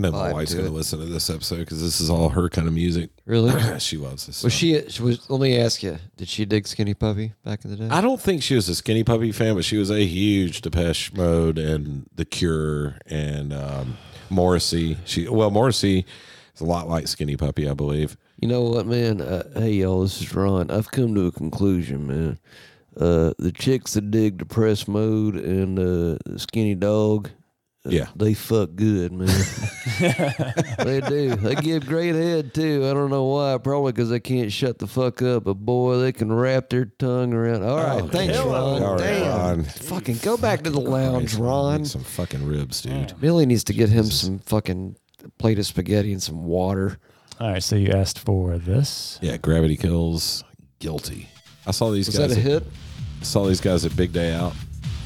know my Vibe wife's to going it. to listen to this episode because this is all her kind of music. (clears throat) Really? she loves this. Was stuff. she, she was, let me ask you, did she dig Skinny Puppy back in the day? I don't think she was a Skinny Puppy fan, but she was a huge Depeche Mode and The Cure and um, Morrissey. She well, Morrissey is a lot like Skinny Puppy, I believe. You know what, man? Uh, hey, y'all, this is Ron. I've come to a conclusion, man. Uh, the chicks that dig depressed mode and uh, skinny dog, Uh, Yeah, they fuck good, (laughs) man. they do. They give great head, too. I don't know why. Probably because they can't shut the fuck up, but boy, they can wrap their tongue around. All right. thanks, Ron. All right, Damn. Ron. Oh, Fucking go back to the lounge, Christ, Ron. make some fucking ribs, dude. Billy needs to get him some fucking plate of spaghetti and some water. All right, so you asked for this. Yeah, Gravity Kills, Guilty. I saw these Was guys. that a at- hit? saw these guys at Big Day Out.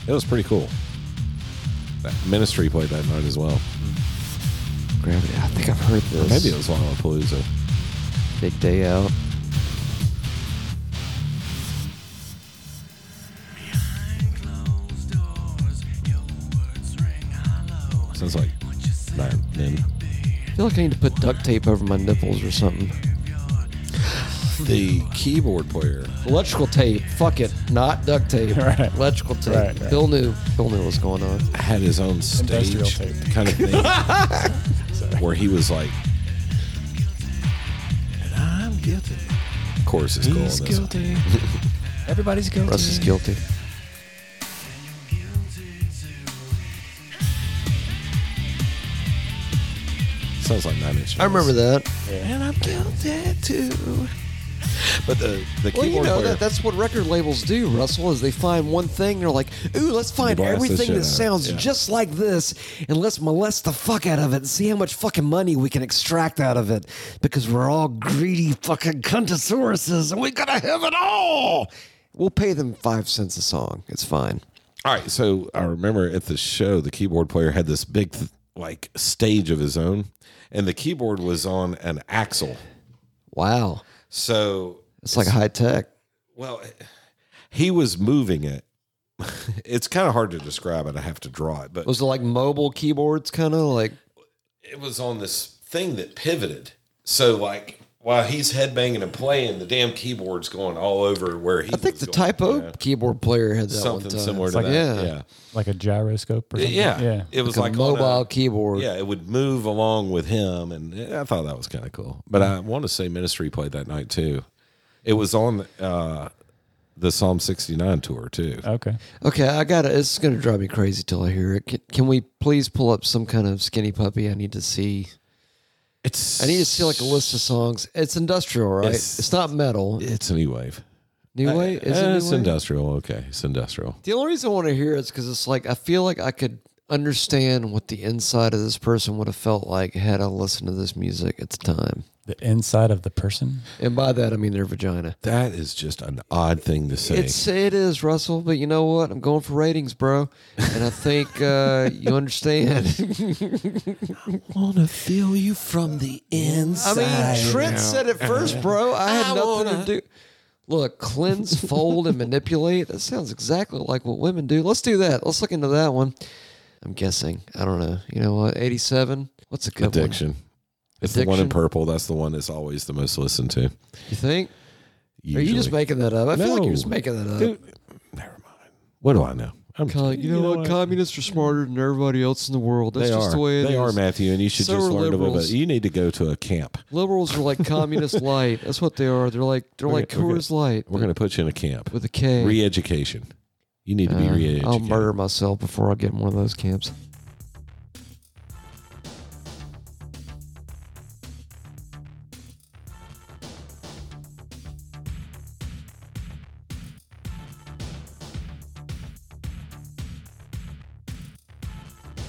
It was pretty cool. Ministry played that night as well. Gravity. I think I've heard this. Maybe it was Lollapalooza. Big day out. Sounds like nine, nine. I feel like I need to put duct tape over my nipples or something. The keyboard player. Electrical tape. Fuck it. Not duct (laughs) tape. Right. Electrical tape. Right, right. Bill knew. Bill knew what's going on. had his own stage Industrial tape. kind of (laughs) thing where he was like, and I'm guilty. Of course, it's cool. That's- Everybody's guilty. Russ is guilty. Sounds like Nine Inch Nails. I remember that. And I'm guilty too. But the, Well, the keyboard you know player. that, that's what record labels do, Russell. Is they find one thing, they're like, "Ooh, let's find blast this everything shit that out. sounds Yeah. just like this, and let's molest the fuck out of it, and see how much fucking money we can extract out of it, because we're all greedy fucking cuntosauruses, and we gotta have it all." We'll pay them five cents a song. It's fine. All right, so I remember at the show, the keyboard player had this big th- like stage of his own, and the keyboard was on an axle. Wow, So it's like high tech. Well, he was moving it. (laughs) it's kind of hard to describe it. I have to draw it, but Was it like mobile keyboards, kind of like? it was on this thing that pivoted. So, like, while he's headbanging and playing, the damn keyboard's going all over where he. I think was the going. typo Yeah. keyboard player had that something one time. similar It's to like, that. Yeah, Yeah. Like a gyroscope or yeah, something. It was like like, a on a- mobile keyboard. Yeah, it would move along with him, and I thought that was kind of cool. But I want to say Ministry played that night too. It was on uh, the Psalm sixty nine tour too. Okay. Okay, I got it. It's gonna drive me crazy till I hear it. Can, can we please pull up some kind of skinny puppy? I need to see. It's I need to see like a list of songs. It's industrial, right? It's, It's- not metal. It's a new wave. New way is Eh, it it's new wave? industrial. Okay, it's industrial. The only reason I want to hear it is because it's like I feel like I could understand what the inside of this person would have felt like had I listened to this music at the time. The inside of the person. And by that I mean their vagina. That is just an odd thing to say. It's it is Russell, but you know what? I'm going for ratings, bro, and I think (laughs) uh, you understand. want to feel you from the I inside. mean, Trent said it first, bro. I had nothing to do. Look, cleanse, fold, and manipulate. That sounds exactly like what women do. Let's do that. Let's look into that one. I'm guessing. I don't know. You know what? 87. What's a good Addiction. It's the one in Addiction. purple. That's the one that's always the most listened to. one? You think? Are Usually. you just making that up? I feel like No. you're just making that up. Dude, never mind. What do I know? (laughs) I'm Kinda like, you, know, what? Communists are smarter than everybody else in the world. That's they just are. the way it is. they are, Matthew, and you should So just are learn to live liberals. it. You need to go to a camp. Liberals are like (laughs) communist light. That's what they are. They're like they're like gonna- we're Coors Light. We're going to put you in a camp. with a K. Re-education. You need to be Uh, re-educated. I'll murder myself before I get in one of those camps.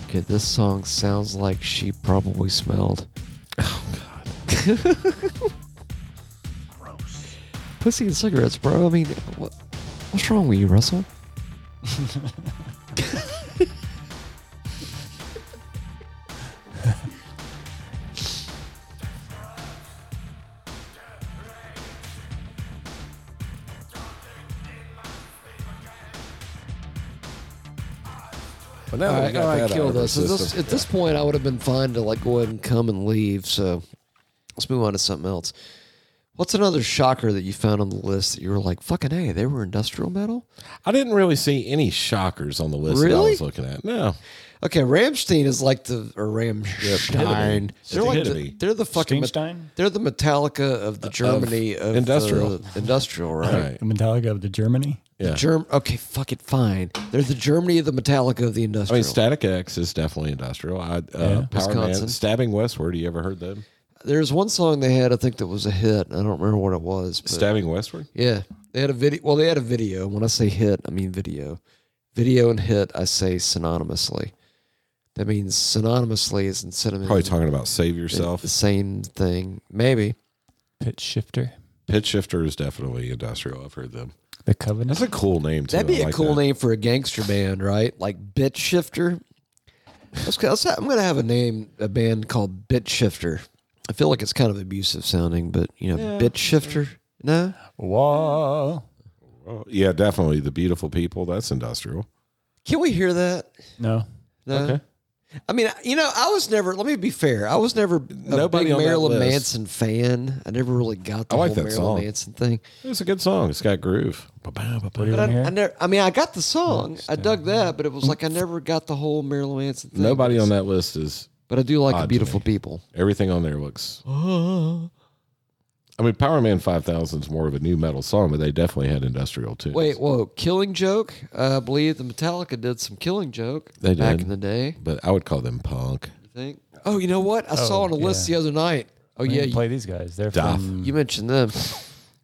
Okay, this song sounds like she probably smelled. Gross. pussy and cigarettes, bro. I mean, what, what's wrong with you, Russell? But now All that we right, got all right, that out kill of our this. At, this. system- at this point, I would have been fine to like go ahead and come and leave. So let's move on to something else. What's another shocker that you found on the list that you were like, fucking hey, they were industrial metal? I didn't really see any shockers on the list that I Really? was looking at. No. Okay, Ramstein is like the or Ramstein. they're like the, Epitome. they're the fucking Met- Steenstein? they're the Metallica of the Germany of, industrial. the- industrial, right? All right. The Metallica of the Germany. Yeah. Germ. Okay, fuck it, fine. They're the Germany of the Metallica of the I industrial. mean, Static X is definitely industrial. I, uh, Power Wisconsin. Man, Stabbing Westward. You ever heard them? There's one song they had, I think, that was a hit. I don't remember what it was. But Stabbing Westward? yeah, they had a video. Well, they had a video. When I say hit, I mean video. Video and hit, I say synonymously. That means synonymously is in cinnamon. Probably talking about Save Yourself. The same thing, maybe. Pitch Shifter. Pit Shifter is definitely industrial. I've heard them. The Covenant. That's a cool name, too. That'd be I a like cool that. name for a gangster band, right? Like Bit Shifter. Let's, let's, I'm going to have a name, a band called Bit Shifter. I feel like it's kind of abusive sounding, but you know, Bit Shifter. No, Whoa. Oh, yeah, definitely. The Beautiful People. That's industrial. can we hear that? No. No. Okay. I mean, you know, I was never. Let me be fair. I was never a Nobody big on that Marilyn list. Manson fan. I never really got the I like whole that Marilyn song. Manson thing. It's a good song. It's got groove. Ba-ba, ba-ba. What do you But want I, to I hear? never. I mean, I got the song. I dug that, but it was like I never got the whole Marilyn Manson thing. Nobody on that list is. But I do like Odd the to beautiful me. people. Everything on (gasps) there looks. I mean, Power Man 5000 is more of a new metal song, but they definitely had industrial too. Wait, whoa! Killing Joke. Uh, I believe the Metallica did some Killing Joke They back did. in the day. But I would call them punk. I think. Oh, you know what? I saw on a list yeah. the other night. Oh We yeah, didn't you, play these guys. They're Duff. from you mentioned them.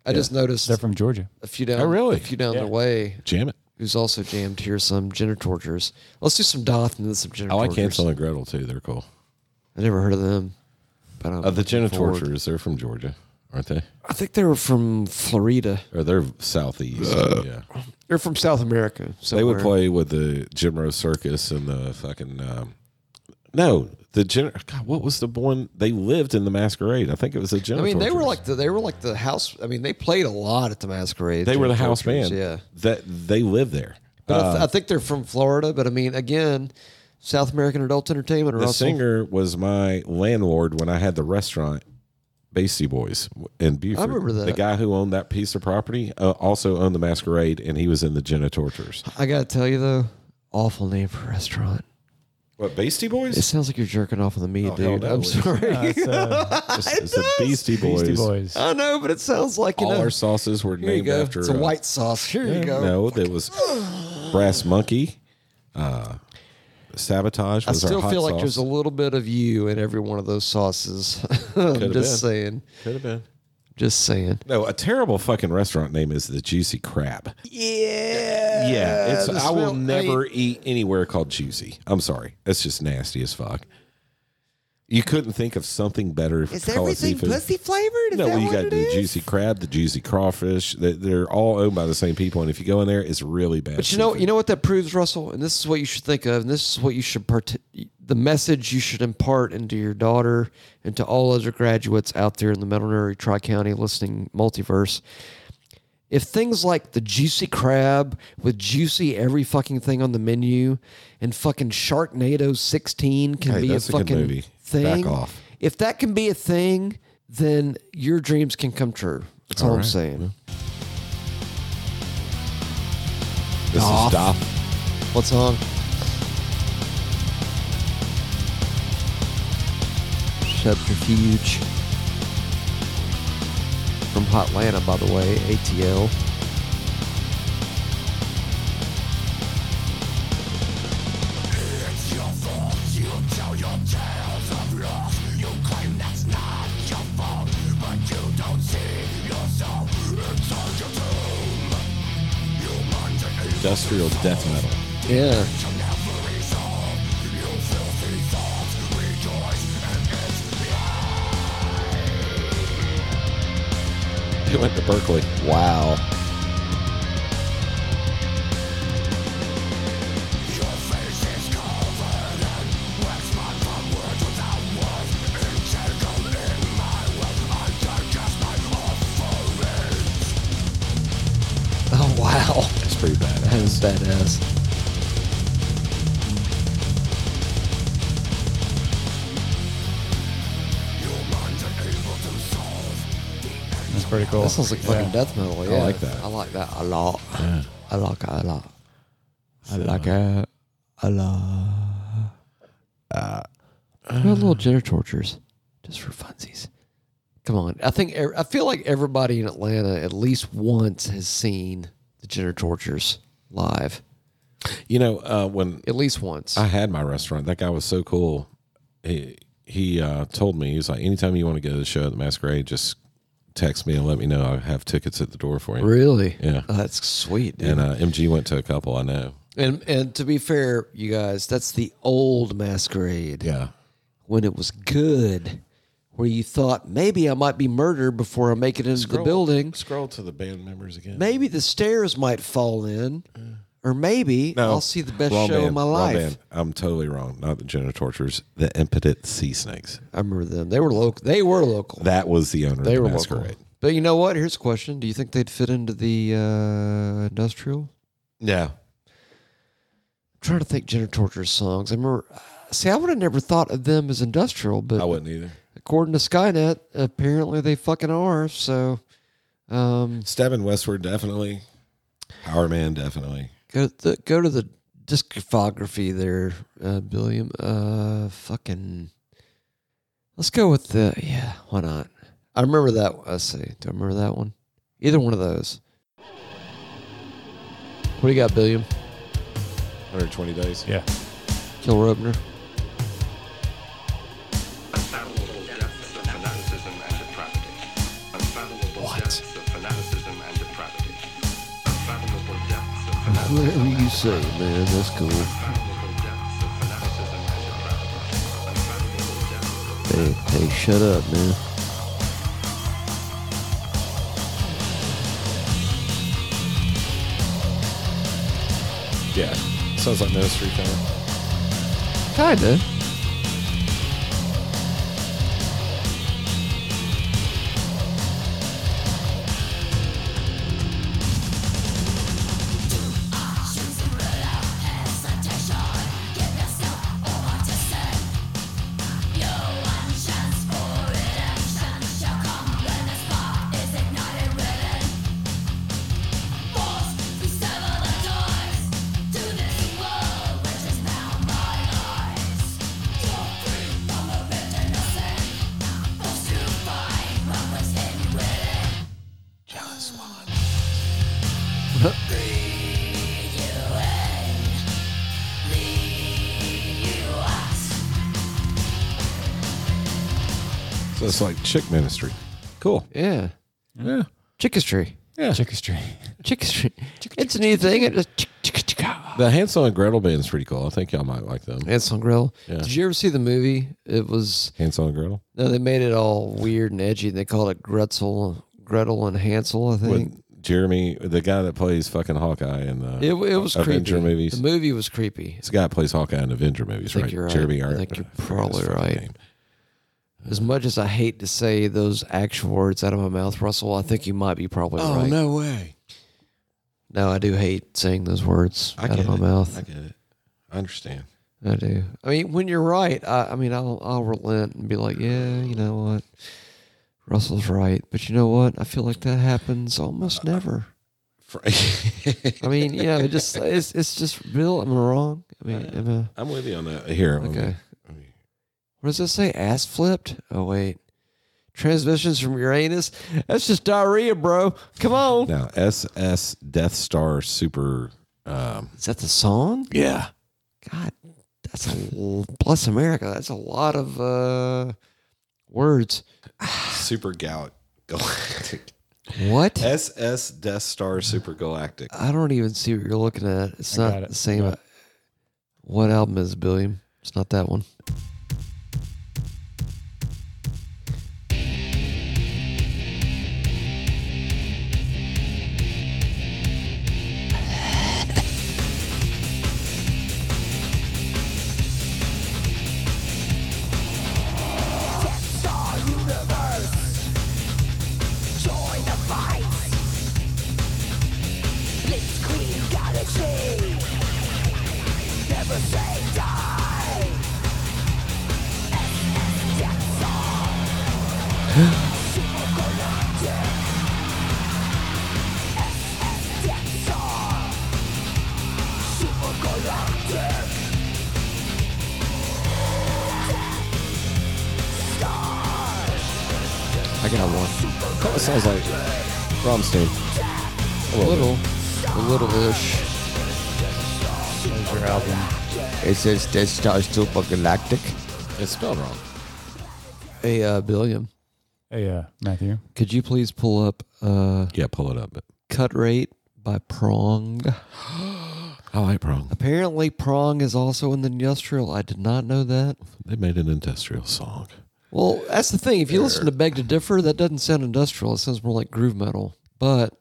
I just noticed they're from (laughs) Georgia. a few down. Oh, really? A few down Yeah. the way. Jam it. who's also jammed here some Jenner Tortures. Let's do some Doth and then some Jenner I like Tortures. Hansel and Gretel too. They're cool. I never heard of them. But I'm Uh, the Jenna looking forward. Torturers, they're from Georgia, aren't they? I think they were from Florida. Or they're southeast. Uh, yeah. They're from South America. So They would play with the Jim Rose Circus and the fucking. Um, no, the Jenna. God, what was the one? They lived in the masquerade. I think it was the Jenna I mean, they were Torturers. like the they were like the house. I mean, they played a lot at the masquerade. They were the Jenner house Tortures, band. Yeah, That they lived there. Uh, but I, th- I think they're from Florida. But I mean, again, South American adult entertainment. The Russell. singer was my landlord when I had the restaurant, Basie Boys in Buford. I remember that. The guy who owned that piece of property uh, also owned the Masquerade, and he was in the Jenna Tortures. I gotta tell you though, awful name for a restaurant. What Beastie It Boys? sounds like you're jerking off on the meat, Oh, hell dude. no, I'm (laughs) it's- sorry. It's, uh, It's, it's the Beastie Boys. Beastie Boys. I know, but it sounds like you All know. our sauces were Here you named go. after. it's a uh, white sauce. Here you go. No, (sighs) that was Brass Monkey. Uh, Sabotage I was still our hot feel like sauce. there's a little bit of you in every one of those sauces. (laughs) I'm Could've just been. saying. Could have been. Just saying. No, a terrible fucking restaurant name is the Juicy Crab. Yeah. Yeah, it's. the I will smell- never eat anywhere called juicy. I'm sorry, that's just nasty as fuck. You couldn't think of something better. If Is to call it everything seafood. pussy flavored? Is No, that well, you what got it the is? juicy crab, the juicy crawfish. They, they're all owned by the same people, and if you go in there, it's really bad. But you know, seafood. you know what that proves, Russell, and this is what you should think of, and this is what you should part- the message you should impart into your daughter and to all other graduates out there in the Metallurgy Tri County listening multiverse. If things like the juicy crab with juicy every fucking thing on the menu and fucking Sharknado 16 can Hey, be a that's a good fucking movie. Back thing, off. if that can be a thing, then your dreams can come true. That's all, I'm right. saying. this Doff. is Doff. What song? Subterfuge. From Hotlanta, by the way, ATL. industrial death metal. Yeah. He went to Berkeley. Wow. Oh wow, That's pretty that badass. is badass. That's pretty cool. That sounds like fucking Yeah. death metal. Yeah. like that. I like that a lot. I like it a lot. I like it a lot. Uh, a little gender tortures, just for funsies. Come on, I think ev- I feel like everybody in Atlanta at least once has seen the gender tortures live. You know, uh, when At least once. I had my restaurant. That guy was so cool. He he uh, told me he was like, anytime you want to go to the show at the Masquerade, just text me and let me know. I have tickets at the door for you. really? Yeah. Oh, that's sweet, dude. And uh, MG went to a couple. I know. and and to be fair, you guys, that's the old masquerade. Yeah. when it was good, where you thought maybe I might be murdered before I make it into the building. Scroll to the band members again. Maybe the stairs might fall in, or maybe I'll see the best Wrong show band, of my wrong life. band. I'm totally wrong. Not the Jenna Tortures. The Impotent Sea Snakes. I remember them. They were local. They were local. That was the owner They of were the local. Masquerade. But you know what? Here's a question: Do you think they'd fit into the uh, industrial? Yeah. I'm trying to think Jenna Torture's songs. I remember. See, I would have never thought of them as industrial, but I wouldn't either. according to Skynet, apparently they fucking are. So, um, Stebbin Westward, definitely. Power Man, definitely. Go to the, go to the discography there, uh, Billiam. Uh, fucking. Let's go with the yeah. Why not? I remember that. Let's see. Do I remember that one? Either one of those. What do you got, Billiam? 120 days. Yeah. Killer opener. Unfathomable depths of fanaticism and depravity. Unfathomable depths of fanaticism and depravity. Unfathomable depths of fanaticism. (laughs) Whatever you say, man. That's cool. Unfathomable depths of fanaticism and depravity. Unfathomable depths of Hey, hey, shut up, man. Yeah. Sounds like Ministry kind Kinda. of. So it's like Chick Ministry. Cool. Yeah. Yeah. Chickistry. Chickistry. Chickistry. It's a new thing. It just chick, chick, chick, ah. The Hansel and Gretel band's pretty cool. I think y'all might like them. Anson Grill. Yeah. Did you ever see the movie? It was Hansel and Gretel No, they made it all weird and edgy. They called it Gretzel, Gretel and Hansel. I think with Jeremy, the guy that plays fucking Hawkeye in the it, it was Avenger creepy. movies. The movie was creepy. This guy that plays Hawkeye in Avenger movies, think right? you're right. Jeremy Uh, I Irons. think you're forget his probably fucking right. name. As much as I hate to say those actual words out of my mouth, Russell, I think you might be probably right. Oh, no way! no, I do hate saying those words I out get of my it. mouth. I get it. I understand. I do. I mean, when you're right, I, I mean, I'll I'll relent and be like, yeah, you know what, Russell's right. But you know what? I feel like that happens almost Uh, never. I mean, you know, it just it's it's just real. Am I wrong? I mean, am I? (laughs) I'm with you on that. Here, let me- Okay. let me- What does that say? Ass flipped? Oh wait. Transmissions from Uranus? That's just diarrhea, bro. Come (laughs) on. now SS Death Star Super. Um, Is that the song? yeah, God, that's a l- plus America. That's a lot of uh words. Super Gal- Galactic. What? SS Death Star Super Galactic. I don't even see what you're looking at. It's I not got it. the same. uh, Got it. What album is it, Billiam? It's not that one. I got one. Kind of sounds like Rammstein. A little, a little ish. There's your album. It says Death Star Super Galactic. It's spelled wrong. Hey, uh, Billiam, Hey, uh, Matthew. could you please pull up uh, Yeah, pull it up. Cut Rate by Prong? I like wrong. Apparently, Prong is also in the industrial. I did not know that. They made an industrial song. Well, that's the thing. If you listen to Beg to Differ, that doesn't sound industrial. It sounds more like groove metal. But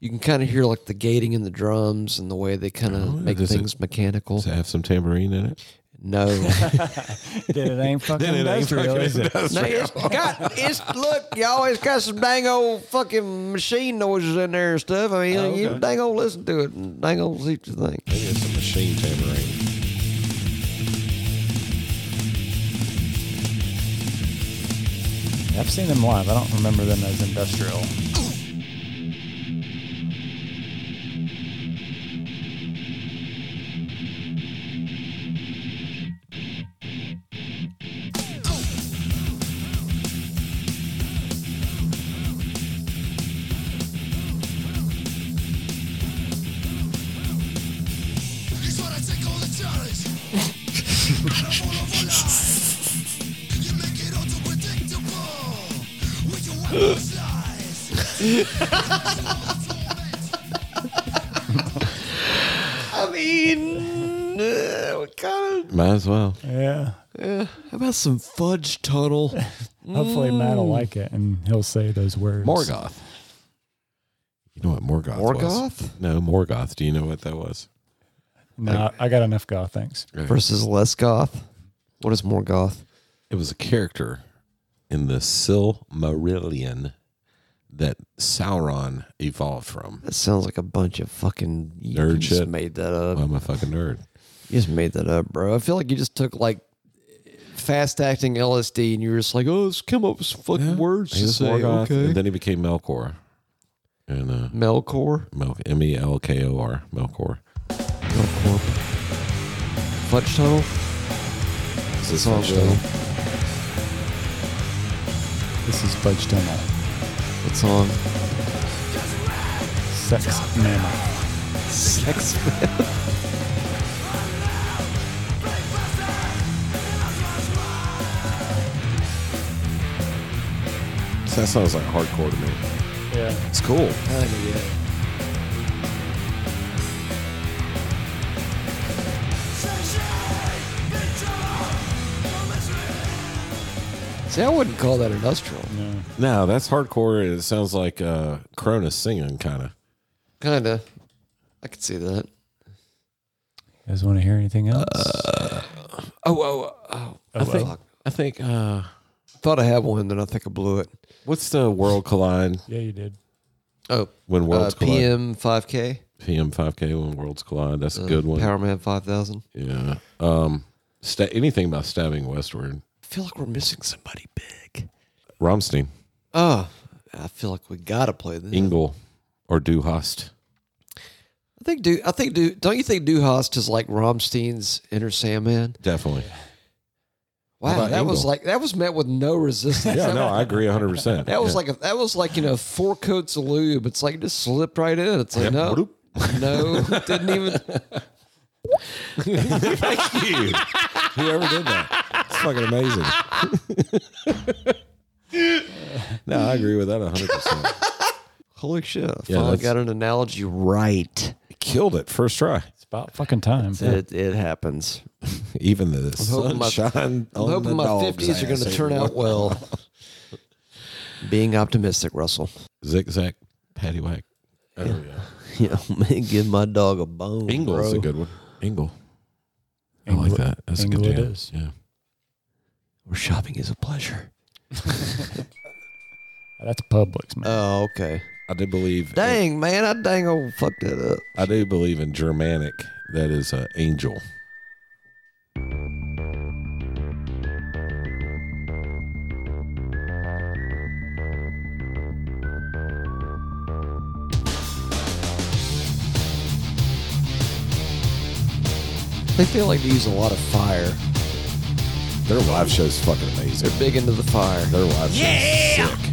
you can kind of hear like the gating in the drums and the way they kind of Oh, make does it- things mechanical. Does it have some tambourine in it? No, (laughs) Then it ain't fucking industrial, is (laughs) it? no, it's got it's look. You always got some dang old fucking machine noises in there and stuff. I mean, you dang old listen to it and dang old see what you think. Maybe it's a machine tambourine. I've seen them live. I don't remember them as industrial. He's what I take all the challenge. I don't wanna lie. You make it all too predictable. With your weapons lies. I mean, uh, what kind of Might as well. Yeah. how about some fudge tunnel? Hopefully, Matt will like it and he'll say those words. Morgoth. You know what Morgoth, was? Morgoth? No, Morgoth. Do you know what that was? No, I got enough goth. Thanks. versus less goth. What is more goth? It was a character in the Silmarillion that Sauron evolved from. That sounds like a bunch of fucking you Nerd just shit. made that up. I'm a fucking nerd. You just made that up, bro. I feel like you just took like fast acting LSD and you were just like, oh, let's come up with some fucking words He to was say. Morgoth, okay. and then he became Melkor. And uh, Melkor, Mel- M E L K O R, Melkor. Melkor, Fudge Tunnel. Is this Fudge Tunnel. This is Fudge Tunnel. What song? Sex Mammoth. Sex. That sounds like hardcore to me. Yeah. It's cool. See, I wouldn't call that industrial. No, that's hardcore. and It sounds like uh, Cronus singing, kind of. Kinda. I could see that. You guys want to hear anything else? Uh, Oh, oh, oh. Oh, well. I think. Uh, Thought I had one, then I think I blew it. what's the world collide yeah, you did. Oh, when uh, worlds collide? PM 5K. PM 5K when worlds collide. That's Uh, a good one. Power Man 5000. Yeah. Um, sta- anything about stabbing westward. I feel like we're missing somebody big. Romstein, Oh, I feel like we gotta play this. Ingle, or Duhast. I think do I think do don't you think Duhast is like Romstein's inner Sandman? (laughs) Definitely. Wow, about that was Engel? like that was met with no resistance. Yeah, that, no, I agree 100%. that was Yeah. like a, that was like you know four coats of lube. It's like it just slipped right in. It's like no, Whoop. no, (laughs) didn't even. Thank you. Whoever did that. It's fucking amazing. (laughs) no, I agree with that 100%. Holy shit! I Yeah, finally that's- got an analogy right. Killed it first try. It's about fucking time. It it happens. Even the hoping my- sunshine. I'm hoping my fifties are going to turn out (laughs) well. Being optimistic, Russell. Zigzag, paddywhack. Oh, yeah. (laughs) Yeah, man, give my dog a bone. Ingle's bro. a good one. Ingle. I like Engl- that. That's a Engl good it jam. is. Yeah. Where shopping is a pleasure. That's Publix, Uh, man. Oh, okay. I do believe. Dang, man, I dang old fucked that up. I do believe in Germanic. That is an angel. They feel like they use a lot of fire. Their live show's fucking amazing. They're big into the fire. Their live show's Yeah! sick.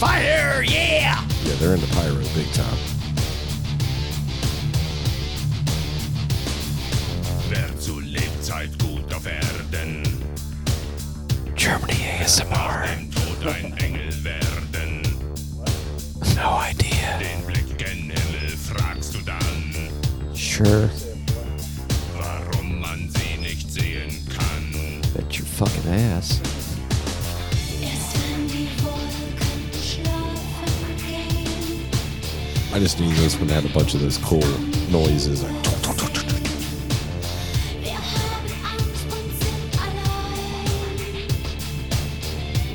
Fire, yeah! Yeah, they're into pyro big time. Wer zu Lebzeit gut auf Erden Germany ASMR. dem Tod ein Engel werden, No idea. den Blick gen Himmel fragst du dann, Sure. warum man sie nicht sehen kann. Bet your fucking ass. I just knew this one had a bunch of those cool noises. Like,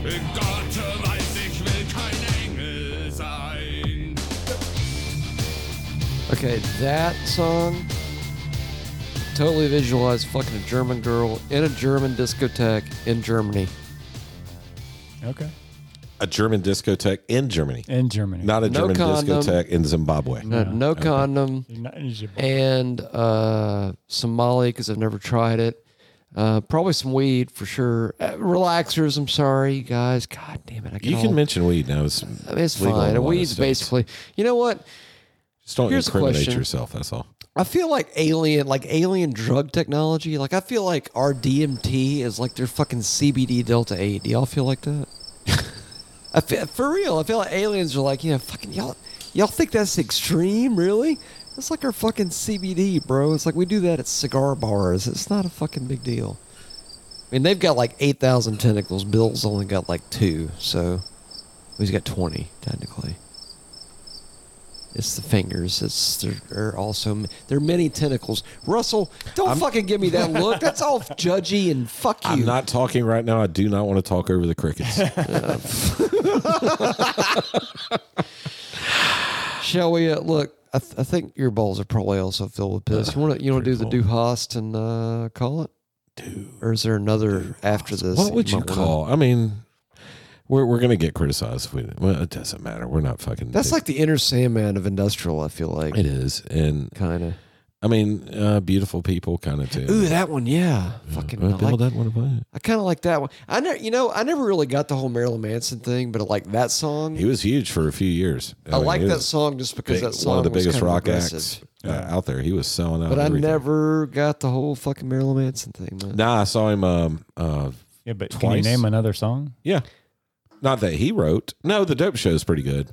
Gott weiß, ich will kein Engel sein. Okay, that song totally visualized fucking a German girl in a German discotheque in Germany. Okay. a German discotheque in Germany, In Germany. not a No German condom. discotheque in Zimbabwe. No, no condom You're not in Zimbabwe. and uh, Somali because I've never tried it. Uh, probably some weed for sure. Uh, relaxers, I'm sorry, guys. God damn it. I get You all- can mention weed now. It's, I mean, it's legal in fine. A a lot of weed's states. basically. You know what? Just don't Here's a incriminate question. yourself. That's all. I feel like alien, like alien drug technology. Like I feel like our DMT is like their fucking CBD Delta Eight. Do y'all feel like that? I feel, for real. I feel like aliens are like, you know, fucking y'all. Y'all think that's extreme, really? That's like our fucking CBD, bro. It's like we do that at cigar bars. It's not a fucking big deal. I mean, they've got like eight thousand tentacles. Bill's only got like two, so he's got twenty technically. It's the fingers. It's there are also there are many tentacles. Russell, don't fucking give me that look. That's all judgy and fuck you. I'm not talking right now. I do not want to talk over (laughs) the crickets. Shall we uh, look? I, th- I think your balls are probably also filled with piss. You want to you want to do the do host and uh, call it, or is there another after this? what would might you wanna- call? I mean, we're, we're gonna get criticized. If we, well, it doesn't matter. We're not fucking. That's like the inner Sandman of industrial. I feel like it is, and kind of. I mean, uh, beautiful people kind of too. Ooh, that one, yeah. Fucking, I, Well, Bill like- doesn't want to play it. I kind of like that one. I never, you know, I never really got the whole Marilyn Manson thing, but like that song, He was huge for a few years. I, mean, like he that was song just because big- that song one of the was biggest kind of rock acts aggressive. uh, out there. He was selling out. But I everything. never got the whole fucking Marilyn Manson thing, man. Nah, I saw him. Um, uh, Yeah, but Twice? can you name another song? yeah, not that he wrote. No, the dope show is pretty good.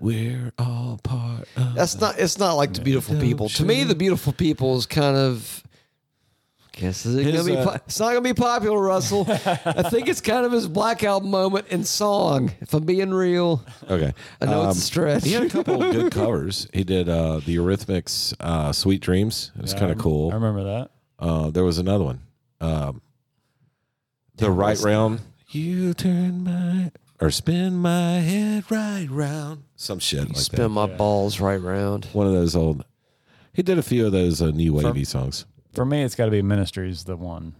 We're all part. of That's not. It's not like the beautiful people. To me, the beautiful people is kind of. Guess is it His, gonna be uh, po- it's not gonna be popular, Russell. I think it's kind of his black album moment in song. If I'm being real, Okay, I know it's a stretch. Um, (laughs) He had a couple of good covers. He did uh, the Eurythmics' uh, "Sweet Dreams." It was kind of Um, I cool. remember that. Uh, there was another one, um, the right round. You turn my or spin my head right round. Some shit (laughs) like spin that. my balls right round. One of those old. He did a few of those uh, new wavy songs. For me, it's got to be Ministries, the one.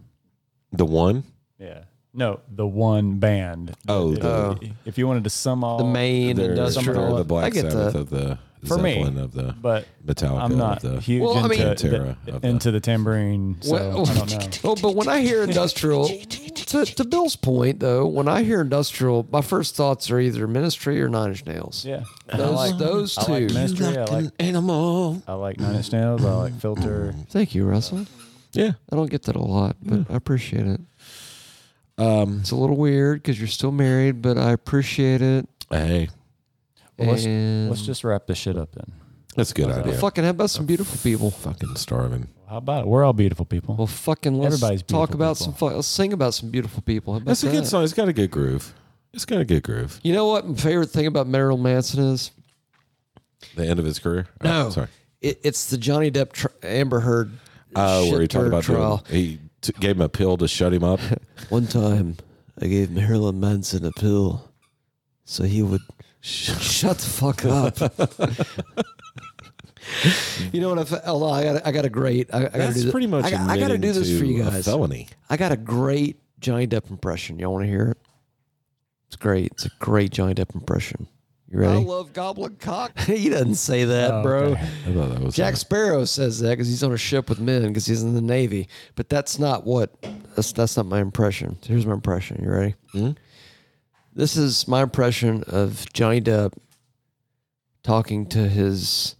The one. Yeah. No, the one band. Oh, the, Oh. If you wanted to sum all The main they're, industrial. I they're the Black get Sabbath that. of the For me, Zeppelin of the but Metallica. I'm not of the, huge Well, I into, mean- Pantera the, of the- into the tambourine, so (laughs) Well- I don't know. Oh, but when I hear industrial, to, to Bill's point though, when I hear industrial, my first thoughts are either Ministry or Nine Inch Nails. Yeah, I those like, those I two. like Ministry. I like animal. I like Nine Inch Nails. I like Filter. Thank you, Russell. Yeah. I don't get that a lot, but I appreciate it. Um, it's a little weird because you're still married, but I appreciate it. Hey, Well, let's, and let's just wrap this shit up then. that's a good Well, idea. fucking. How about some beautiful people? Fucking starving. How about it? We're all beautiful people. Well, fucking. Let's Everybody's talk beautiful about some. people. Fu- let's sing about some beautiful people. How about That's a good that? song. It's got a good groove. It's got a good groove. You know what? My favorite thing about Marilyn Manson is The end of his career. Oh, no. sorry. It, it's the Johnny Depp tr- Amber Heard. Oh, where he shit talked turd about doing- trial. he t- gave him a pill to (laughs) shut him up. One time, I gave Marilyn Manson a pill so he would shut the fuck up. (laughs) you know what? I, fe- oh, I got I got a great. I, I gotta That's do thi- pretty much. I, got- I got to do admitting this for to you a guys. felony. I got a great Johnny Depp impression. Y'all want to hear it? It's great. It's a great Johnny Depp impression. You ready? I love goblin cock. (laughs) he doesn't say that, Oh, bro. okay. I thought that was Jack Sparrow says that because he's on a ship with men because he's in the Navy. But that's not what. That's that's not my impression. Here's my impression. You ready? This is my impression of Johnny Depp talking to his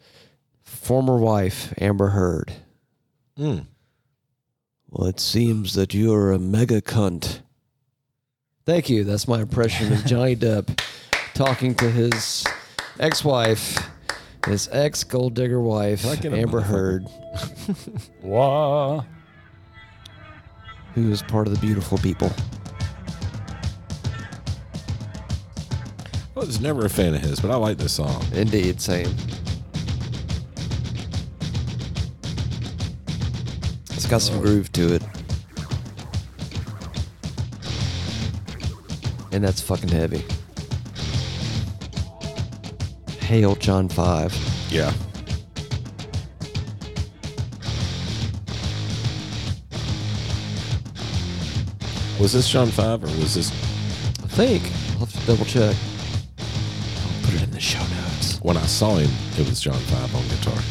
former wife Amber Heard. Well, it seems that you're a mega cunt. Thank you. That's my impression of Johnny Depp talking to his ex-wife, his ex-gold digger wife, Fucking Amber Heard, Whoa. who is part of the beautiful people. I was never a fan of his, but I like this song. Indeed, same. It's got some groove to it. And that's fucking heavy. Hail John 5. Yeah. Was this John Five or was this I think. I'll have to double check. I'll put it in the show notes. when I saw him? It was John Five on guitar.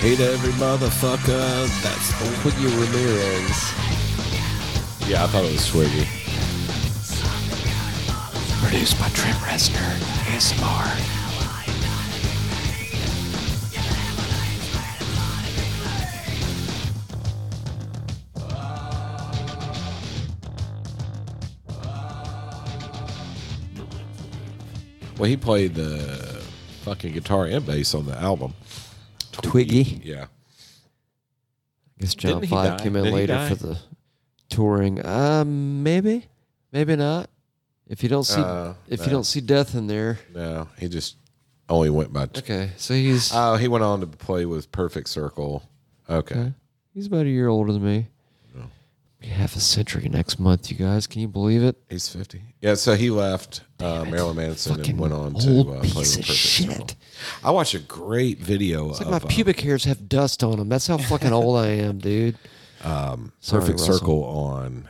Hate every motherfucker. That's Quiggy Ramirez. yeah. I thought it was Swiggy. Produced by Trent Reznor. ASMR. Well, he played the fucking guitar and bass on the album. Twiggy. Yeah. I guess John Didn't he Five die? came in Did he later die? for the touring. Um, maybe, maybe not. If you don't see, Uh, if no. you don't see death in there, No, he just only went by. okay. So he's Oh, he went on to play with Perfect Circle. Okay. okay. He's about a year older than me. Be Half a century next month, you guys. Can you believe it? He's 50. Yeah, so he left uh, Marilyn Manson Fucking and went on to old uh, play piece with of Perfect Circle. shit. I watched a great video It's like of my uh, pubic hairs have dust on them. That's how fucking old I am, dude. (laughs) Sorry, Um, Perfect Russell. Circle on.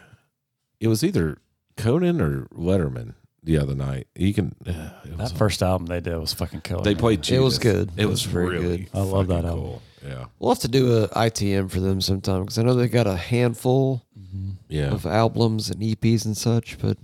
It was either Conan or Letterman the other night. You can. (sighs) Uh, it was That first album they did was fucking killer. They man. played Judith. It was good. It was very really good. I love that fucking album. cool. Yeah. We'll have to do a ITM for them sometime because I know they got a handful Yeah. of albums and EPs and such. But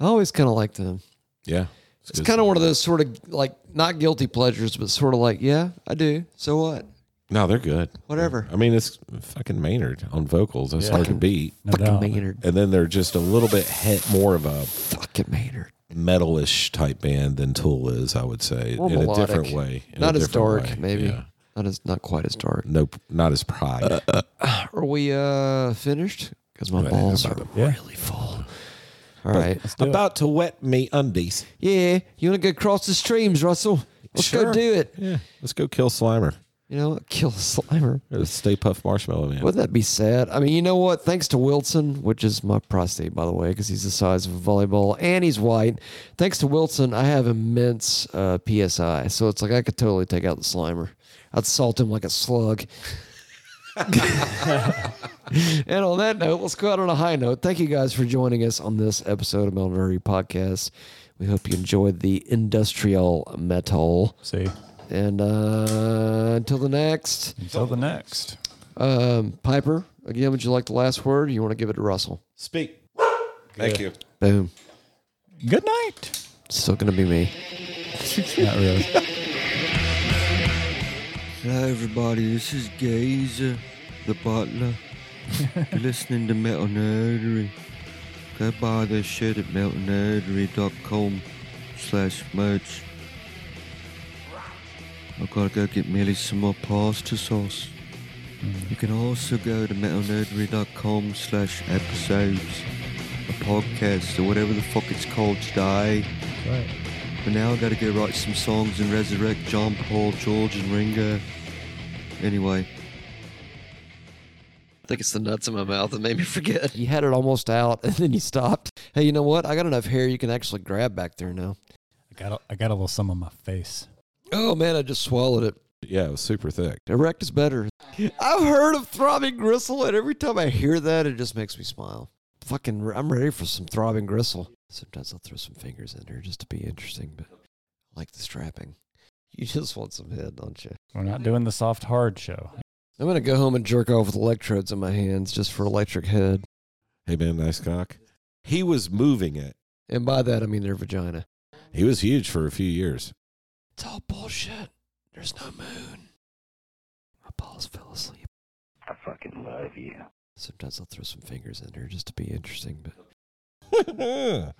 I always kind of like them. yeah. It's kind of one of those sort of like not guilty pleasures, but sort of like, yeah, I do. So what? No, they're good. Whatever. I mean, it's fucking Maynard on vocals. That's hard to beat. No Fucking doubt. Maynard. And then they're just a little bit he- more of a Fucking Maynard. metalish type band than Tool is, I would say, Or in melodic. a different way. in a Not as dark, different way. maybe. Uh, Yeah. Not as not quite as dark. No, not as pride. Are we uh finished? Because my balls are Yeah. really full. All right. About to wet me undies. Yeah, you want to go cross the streams, Russell? Let's go Sure. do it. Yeah, let's go kill Slimer. You know, kill a slimer. Or the Stay Puff Marshmallow Man. Wouldn't that be sad? I mean, you know what? Thanks to Wilson, which is my prostate, by the way, because he's the size of a volleyball and he's white. Thanks to Wilson, I have immense uh, PSI. So it's like I could totally take out the Slimer. I'd salt him like a slug. (laughs) and on that note, let's go out on a high note. Thank you guys for joining us on this episode of Metal Nerdy Podcast. We hope you enjoyed the industrial metal. See. And uh, until the next. Until the next. Um, Piper, again, would you like the last word? Or you want to give it to Russell? Speak. Thank you. Boom. Good night. Still gonna be me. Not really. Hello, everybody. This is Gazer, the butler. You're listening to Metal Nerdery. Go buy their shit at metalnerdery.com slash merch. I've got to go get Millie some more pasta sauce. You can also go to metalnerdery.com slash episodes, a podcast, or whatever the fuck it's called today. Right. But now I gotta go write some songs and resurrect John Paul, George, and Ringo. Anyway. I think it's the nuts in my mouth that made me forget. You had it almost out (laughs) and then you stopped. Hey, you know what? I got enough hair you can actually grab back there now. I got a, I got a little some on my face. Oh man, I just swallowed it. Yeah, it was super thick. Erect is better. I've heard of throbbing gristle, and every time I hear that, it just makes me smile. Fucking, re- I'm ready for some throbbing gristle. Sometimes I'll throw some fingers in there just to be interesting, but I like the strapping. You just want some head, don't you? We're not doing the soft hard show. I'm gonna go home and jerk off with electrodes in my hands just for electric head, Hey man, nice cock. He was moving it. and by that I mean their vagina. He was huge for a few (laughs) years. It's all bullshit. There's no moon. My balls fell asleep. I fucking love you. Sometimes I'll throw some fingers in there just to be interesting, but yeah,